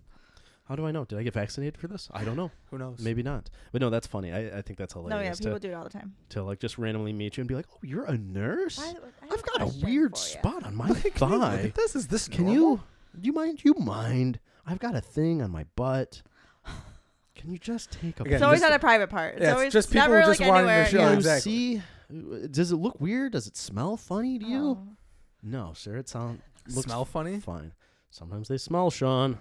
Speaker 2: How do I know? Did I get vaccinated for this? I don't
Speaker 3: <laughs>
Speaker 2: know.
Speaker 3: Who knows?
Speaker 2: Maybe not. But no, that's funny. I, I think that's
Speaker 4: No, yeah,
Speaker 2: hilarious
Speaker 4: people
Speaker 2: to,
Speaker 4: do it all the time.
Speaker 2: to like just randomly meet you and be like, "Oh, you're a nurse?
Speaker 4: Why th- I have
Speaker 2: I've got a
Speaker 4: question
Speaker 2: weird
Speaker 4: for ya.
Speaker 2: spot
Speaker 4: <laughs>
Speaker 2: on my
Speaker 3: Can you look
Speaker 2: thigh.
Speaker 3: at this? Is this
Speaker 2: Can
Speaker 3: normal?
Speaker 2: you? Do you mind? Do you mind? I've got a thing on my butt. Can you just take a
Speaker 3: Again,
Speaker 4: It's
Speaker 3: Yeah,
Speaker 2: peek?
Speaker 4: always
Speaker 3: just-
Speaker 4: on a private part. It's
Speaker 3: yeah, it's
Speaker 4: always
Speaker 3: just people
Speaker 4: never
Speaker 3: just
Speaker 4: like
Speaker 3: wanting to
Speaker 4: anywhere.
Speaker 3: show
Speaker 2: Can
Speaker 4: yeah.
Speaker 2: you
Speaker 3: exactly.
Speaker 2: see? Does it look weird? Does it smell funny to you?
Speaker 4: Oh.
Speaker 2: No, sir. It sounds looks
Speaker 3: Smell funny?
Speaker 2: fine. Sometimes they smell, Sean.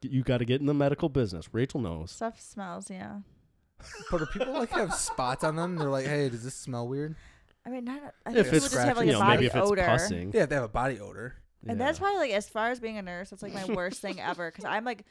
Speaker 2: You got to get in the medical business. Rachel knows.
Speaker 4: Stuff smells. Yeah.
Speaker 3: But do people like have spots on them? They're like, hey, does this smell weird?
Speaker 4: I mean, not. I think
Speaker 2: If
Speaker 4: people
Speaker 2: it's
Speaker 4: just have like
Speaker 2: you
Speaker 4: a
Speaker 2: know,
Speaker 4: body
Speaker 2: maybe if it's
Speaker 4: odor.
Speaker 2: pussing.
Speaker 3: Yeah, they have a body odor.
Speaker 4: And that's probably like as far as being a nurse, that's like my
Speaker 2: <laughs>
Speaker 4: worst thing ever because I'm like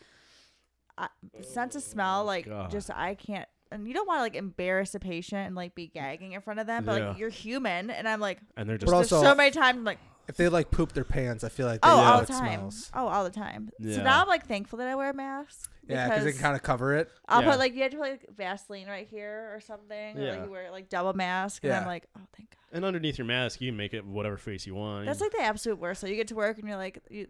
Speaker 4: I, sense of smell, like
Speaker 2: Oh, God.
Speaker 4: just I can't. And you don't want to like embarrass a patient and like be gagging in front of them, but
Speaker 2: Yeah.
Speaker 4: like you're human, and I'm like,
Speaker 2: And they're
Speaker 3: But
Speaker 2: just
Speaker 3: al-
Speaker 4: there's
Speaker 3: also-
Speaker 4: so many times I'm like,
Speaker 3: If they like poop their pants, I feel like they
Speaker 4: oh,
Speaker 3: know
Speaker 4: all the
Speaker 3: it
Speaker 4: time,
Speaker 3: smells.
Speaker 4: oh, all the time.
Speaker 2: Yeah.
Speaker 4: So now I'm like thankful that I wear a mask.
Speaker 3: Yeah, because they can kind of cover it.
Speaker 4: I'll
Speaker 2: Yeah.
Speaker 4: put like you had to put like Vaseline right here or something, or
Speaker 2: Yeah.
Speaker 4: like you wear like double mask, and I'm
Speaker 3: Yeah.
Speaker 4: like, oh, thank God.
Speaker 2: and underneath your mask, you can make it whatever face you want.
Speaker 4: That's like the absolute worst. So you get to work and you're like, you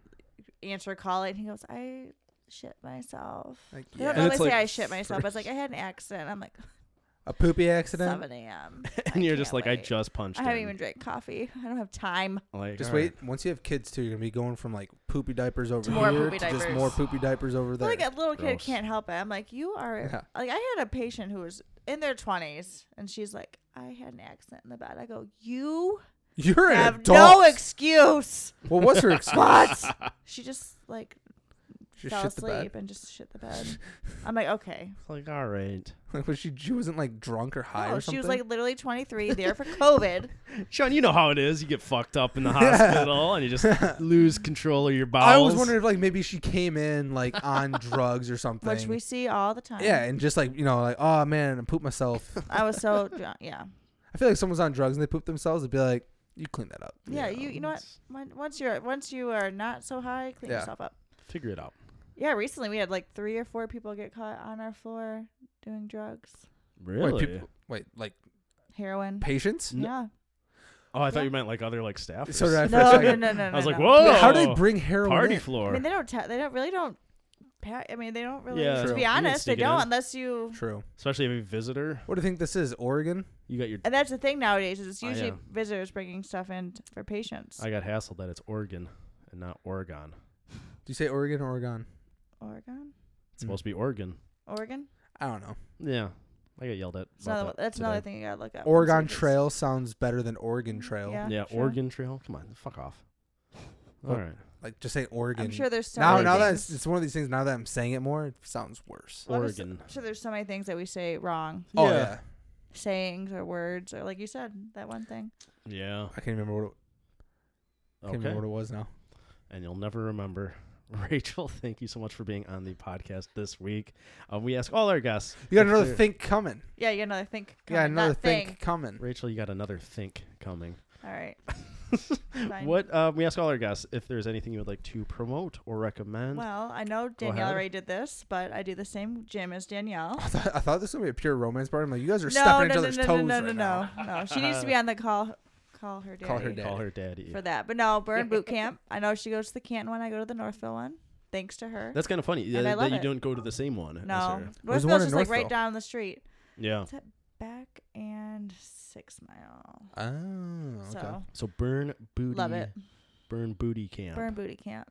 Speaker 4: answer a call, and he goes, I shit myself.
Speaker 3: Like,
Speaker 4: They
Speaker 3: yeah.
Speaker 4: don't
Speaker 2: And
Speaker 4: normally
Speaker 2: it's
Speaker 4: say
Speaker 2: like
Speaker 4: I shit myself.
Speaker 2: for-
Speaker 4: It's like I had an accident. I'm like
Speaker 3: A poopy accident. <laughs>
Speaker 4: 7 a.m.
Speaker 2: <laughs> and you're just like,
Speaker 4: can't
Speaker 2: I
Speaker 4: wait.
Speaker 2: just punched.
Speaker 4: I haven't
Speaker 2: in.
Speaker 4: even drank coffee. I don't have time.
Speaker 2: Like,
Speaker 3: Just
Speaker 2: all right.
Speaker 3: wait. Once you have kids too, you're gonna be going from like poopy diapers over
Speaker 4: more
Speaker 3: here
Speaker 4: poopy
Speaker 3: to just
Speaker 4: diapers.
Speaker 3: more poopy diapers over
Speaker 4: But
Speaker 3: there.
Speaker 4: like a little kid
Speaker 2: Gross.
Speaker 4: can't help it. I'm like, you are
Speaker 3: Yeah.
Speaker 4: like I had a patient who was in their 20s, and she's like, I had an accident in the bed. I go, you
Speaker 3: You're an
Speaker 4: have
Speaker 3: adult.
Speaker 4: no
Speaker 3: <laughs>
Speaker 4: excuse.
Speaker 3: well, what's
Speaker 4: <laughs>
Speaker 3: her excuse?
Speaker 4: What? she just like
Speaker 3: <laughs> She
Speaker 4: fell
Speaker 3: shit the bed.
Speaker 4: asleep and just shit the bed. I'm like, okay.
Speaker 2: It's like, all right,
Speaker 3: <laughs> Like, was she? She wasn't like drunk or <laughs> high
Speaker 4: Oh,
Speaker 3: or something.
Speaker 4: she was like literally 23, there for COVID.
Speaker 2: Sean. You know how it is. You get fucked up <laughs> in the hospital, and you <laughs> just lose control of your bowels.
Speaker 3: I was wondering if like maybe she came in
Speaker 4: <laughs>
Speaker 3: like on drugs or something.
Speaker 4: Which we see all the time.
Speaker 3: yeah, and just like you know, like oh man, I pooped
Speaker 4: <laughs>
Speaker 3: myself.
Speaker 4: I was so drunk. Yeah.
Speaker 3: I feel like someone's on drugs and they poop themselves. It'd be like, you clean that up.
Speaker 4: Yeah, you you know what? Mon- Once you're once you are not so high, clean
Speaker 3: Yeah.
Speaker 4: yourself up.
Speaker 2: Figure it out.
Speaker 4: Yeah, recently we had like three or four people get caught on our floor doing drugs,
Speaker 2: Really?
Speaker 3: Wait, people, wait, like
Speaker 4: heroin.
Speaker 3: patients?
Speaker 2: N-
Speaker 4: yeah.
Speaker 2: oh, I thought
Speaker 4: Yeah.
Speaker 2: you meant like other like staffers.
Speaker 3: So did I for a
Speaker 4: No, no, no,
Speaker 3: second.
Speaker 4: no, no.
Speaker 2: I was like,
Speaker 4: no.
Speaker 2: whoa,
Speaker 3: How do they bring
Speaker 2: <laughs>
Speaker 3: heroin?
Speaker 2: party
Speaker 4: <laughs>
Speaker 3: in?
Speaker 4: I
Speaker 2: floor?
Speaker 4: mean, they don't. Ta- they don't really don't. Pa- I mean, they don't really.
Speaker 2: Yeah.
Speaker 4: to
Speaker 3: True.
Speaker 4: be
Speaker 3: You
Speaker 2: can
Speaker 4: honest, they
Speaker 2: sneak it
Speaker 4: don't
Speaker 2: in.
Speaker 4: unless you.
Speaker 3: True.
Speaker 2: Especially if you're a visitor,
Speaker 3: What do you think this is? Oregon?
Speaker 2: you got your. <laughs>
Speaker 4: And that's the thing nowadays is it's
Speaker 2: Oh, yeah.
Speaker 4: usually visitors bringing stuff in t- for patients.
Speaker 2: I got hassled that it's Oregon and not Oregon.
Speaker 3: Do you say Oregon or Oregon?
Speaker 4: Oregon,
Speaker 2: It's supposed to be Oregon.
Speaker 4: Oregon.
Speaker 3: I don't know.
Speaker 2: Yeah, I got yelled at.
Speaker 4: That's
Speaker 2: about
Speaker 4: another.
Speaker 2: that
Speaker 4: That's
Speaker 2: today.
Speaker 4: another thing you gotta look up. and see
Speaker 3: Oregon
Speaker 4: if it's-
Speaker 3: Trail sounds better than Oregon Trail.
Speaker 4: Mm, Yeah.
Speaker 2: Yeah,
Speaker 4: sure.
Speaker 2: Oregon Trail. Come on, fuck <laughs> off. All
Speaker 3: Fuck.
Speaker 2: right.
Speaker 3: Like just say Oregon.
Speaker 4: I'm sure there's so
Speaker 3: now,
Speaker 4: many
Speaker 3: now that
Speaker 4: things.
Speaker 3: it's, it's one of these things. Now that I'm saying it more, it sounds worse.
Speaker 4: Well, there's-
Speaker 2: Oregon.
Speaker 4: I'm sure there's so many things that we say wrong,
Speaker 3: Oh
Speaker 2: Yeah.
Speaker 3: yeah,
Speaker 4: sayings or words or like you said that one thing.
Speaker 2: Yeah.
Speaker 3: I can't remember what it, can't
Speaker 2: Okay.
Speaker 3: remember what it was now.
Speaker 2: and you'll never remember. <laughs> Rachel, thank you so much for being on the podcast this week. Um, we ask all our <laughs> guests.
Speaker 3: You got
Speaker 2: if
Speaker 3: another
Speaker 2: they're-
Speaker 3: think coming.
Speaker 4: Yeah, you got another think.
Speaker 3: yeah,
Speaker 4: coming, not
Speaker 3: another think coming.
Speaker 2: Rachel, you got another think coming.
Speaker 3: <laughs>
Speaker 4: All right. Fine.
Speaker 2: What um, we ask all our guests if there's anything you would like to promote or recommend.
Speaker 4: Well, I know
Speaker 2: ahead.
Speaker 4: Danielle already did this, but I do the same gym as
Speaker 3: <laughs>
Speaker 4: Danielle.
Speaker 3: I thought, I thought this was gonna be a pure romance part. I'm like, you guys are
Speaker 4: no,
Speaker 3: stepping
Speaker 4: no,
Speaker 3: each
Speaker 4: no,
Speaker 3: other's
Speaker 4: no,
Speaker 3: toes
Speaker 4: no, no,
Speaker 3: right
Speaker 4: no,
Speaker 3: now.
Speaker 4: no, no. She needs to be on the call. Call her daddy.
Speaker 3: Call her
Speaker 2: Call her daddy.
Speaker 4: for that. But no,
Speaker 3: <laughs>
Speaker 4: Burn Boot Camp. I know she goes to the Canton one. I go to the Northville one. Thanks to her.
Speaker 2: That's kind of funny
Speaker 4: I
Speaker 2: that, that
Speaker 4: love
Speaker 2: you
Speaker 4: it.
Speaker 2: don't go to the same one. as
Speaker 4: no,
Speaker 2: her.
Speaker 3: There's one
Speaker 4: Northville's
Speaker 3: in
Speaker 4: just like right
Speaker 3: Northville.
Speaker 4: down the street.
Speaker 2: Yeah.
Speaker 4: It's at back and six mile.
Speaker 3: Oh, okay.
Speaker 4: So
Speaker 2: So burn booty.
Speaker 4: love it.
Speaker 2: Burn booty camp.
Speaker 4: Burn Booty Camp.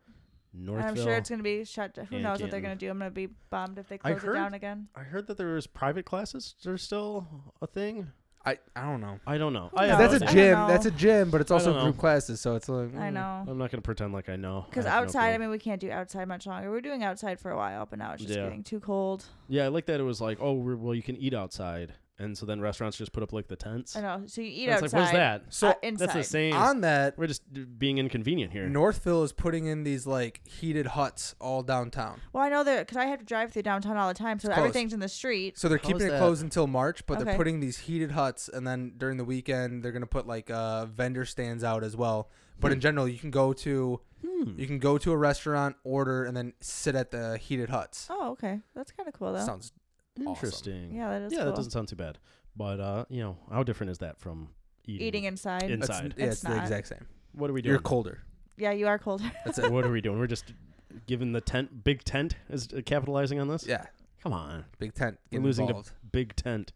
Speaker 4: And
Speaker 2: Northville.
Speaker 4: I'm sure it's gonna be shut. down. Who
Speaker 2: and
Speaker 4: knows what they're
Speaker 2: Canton.
Speaker 4: gonna do? I'm gonna be bummed if they
Speaker 2: I
Speaker 4: close it
Speaker 2: heard-
Speaker 4: down again.
Speaker 2: I heard that there was private classes. There's still a thing.
Speaker 3: I I don't know.
Speaker 2: I don't know.
Speaker 4: Who
Speaker 2: I
Speaker 4: knows?
Speaker 2: have
Speaker 3: that's
Speaker 2: no idea.
Speaker 3: a
Speaker 4: I don't
Speaker 3: gym.
Speaker 4: know.
Speaker 3: That's a gym, but it's
Speaker 2: I
Speaker 3: also
Speaker 2: don't
Speaker 3: group
Speaker 2: know.
Speaker 3: classes. So it's like
Speaker 4: I
Speaker 3: mm.
Speaker 4: know.
Speaker 2: I'm not gonna pretend like I know. I
Speaker 4: Because
Speaker 2: have no
Speaker 4: outside, I
Speaker 2: clue.
Speaker 4: mean, we can't do outside much longer. We We're doing outside for a while, but now it's just
Speaker 2: Yeah.
Speaker 4: getting too cold.
Speaker 2: yeah, I like that it was like, oh, we're, well, you can eat outside, and so then restaurants just put up like the tents.
Speaker 4: I know. So you eat
Speaker 2: And it's like,
Speaker 4: outside.
Speaker 2: what's that?
Speaker 3: So
Speaker 4: uh, inside.
Speaker 2: That's the same.
Speaker 3: on that,
Speaker 2: We're just d- being inconvenient here.
Speaker 3: Northville is putting in these like heated huts all downtown.
Speaker 4: Well, I know that because I have to drive through downtown all the time, so
Speaker 3: It's closed.
Speaker 4: everything's in the street.
Speaker 3: So they're
Speaker 2: How's
Speaker 3: keeping it
Speaker 2: that?
Speaker 3: closed until March, but they're
Speaker 4: Okay.
Speaker 3: putting these heated huts, and then during the weekend they're gonna put like uh, vendor stands out as well. But
Speaker 4: Hmm.
Speaker 3: in general, you can go to
Speaker 2: Hmm.
Speaker 3: you can go to a restaurant, order, and then sit at the heated huts.
Speaker 4: Oh, okay. That's kind of cool, though.
Speaker 3: Sounds
Speaker 2: Interesting.
Speaker 4: yeah, that is
Speaker 2: yeah,
Speaker 4: cool.
Speaker 2: that doesn't sound too bad. But uh, you know, how different is that from eating?
Speaker 4: Eating inside.
Speaker 2: In-
Speaker 3: that's,
Speaker 2: Inside.
Speaker 3: Yeah,
Speaker 4: It's
Speaker 3: it's, the
Speaker 4: not.
Speaker 3: exact same.
Speaker 2: what are we doing?
Speaker 3: You're colder.
Speaker 4: yeah, you are cold. <laughs>
Speaker 3: That's it.
Speaker 2: what are we doing? We're just giving the tent big tent is uh, capitalizing on this.
Speaker 3: yeah,
Speaker 2: Come on,
Speaker 3: big tent.
Speaker 2: We're
Speaker 3: Get
Speaker 2: losing to-
Speaker 3: involved.
Speaker 2: big tent.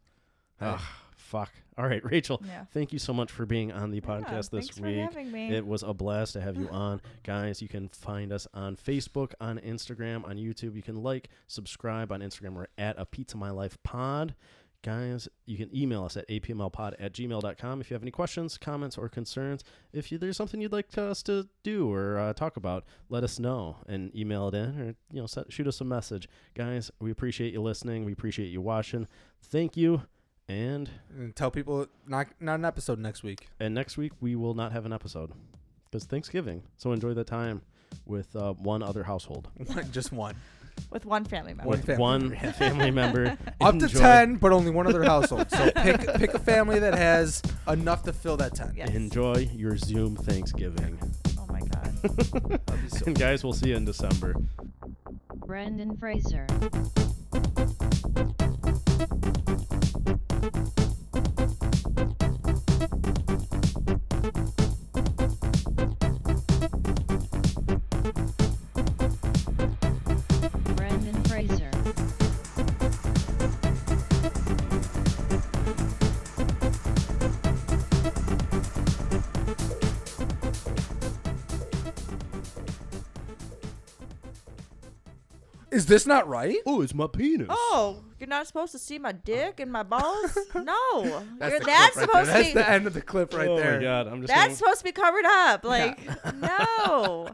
Speaker 3: Hey.
Speaker 2: Ugh, fuck. All right, Rachel.
Speaker 4: yeah.
Speaker 2: Thank you so much for being on the
Speaker 4: yeah,
Speaker 2: podcast this
Speaker 4: thanks for
Speaker 2: week.
Speaker 4: having me.
Speaker 2: It was a blast to have
Speaker 4: <laughs>
Speaker 2: you on. Guys, you can find us on Facebook, on Instagram, on YouTube. You can like, subscribe on Instagram. We're at a pizza my life pod. Guys, you can email us at apmlpod at gmail.com if you have any questions, comments, or concerns. If you, there's something you'd like to, us to do or uh, talk about, let us know and email it in or you know se- shoot us a message. Guys, we appreciate you listening. We appreciate you watching. Thank you. And
Speaker 3: And tell people not not an episode next week. <laughs>
Speaker 2: and next week we will not have an episode because Thanksgiving. So enjoy the time with uh, one other household, <laughs>
Speaker 3: Just one.
Speaker 4: With one family member.
Speaker 3: One
Speaker 2: with
Speaker 3: family
Speaker 2: one
Speaker 3: member, yeah.
Speaker 2: family member.
Speaker 3: <laughs> Up to
Speaker 2: Enjoy-
Speaker 3: ten, but only one other household.
Speaker 4: <laughs>
Speaker 3: So pick pick a family that has enough to fill that ten.
Speaker 4: Yes.
Speaker 2: <laughs> Enjoy your Zoom Thanksgiving. <laughs>
Speaker 4: Oh, my God.
Speaker 3: That'd be so
Speaker 2: and guys, we'll see you in December.
Speaker 1: Brendan Fraser. Brendan Fraser.
Speaker 3: Is this not right?
Speaker 2: Oh, it's my penis.
Speaker 4: Oh, you're not supposed to see my dick and my balls? No. you're,
Speaker 3: the
Speaker 4: that's
Speaker 3: clip right there.
Speaker 4: supposed to
Speaker 3: That's
Speaker 4: be.
Speaker 3: the end of the clip right
Speaker 2: Oh
Speaker 3: there.
Speaker 2: my god, I'm just.
Speaker 4: That's
Speaker 2: gonna-
Speaker 3: <laughs>
Speaker 4: supposed to be covered up. Like, no.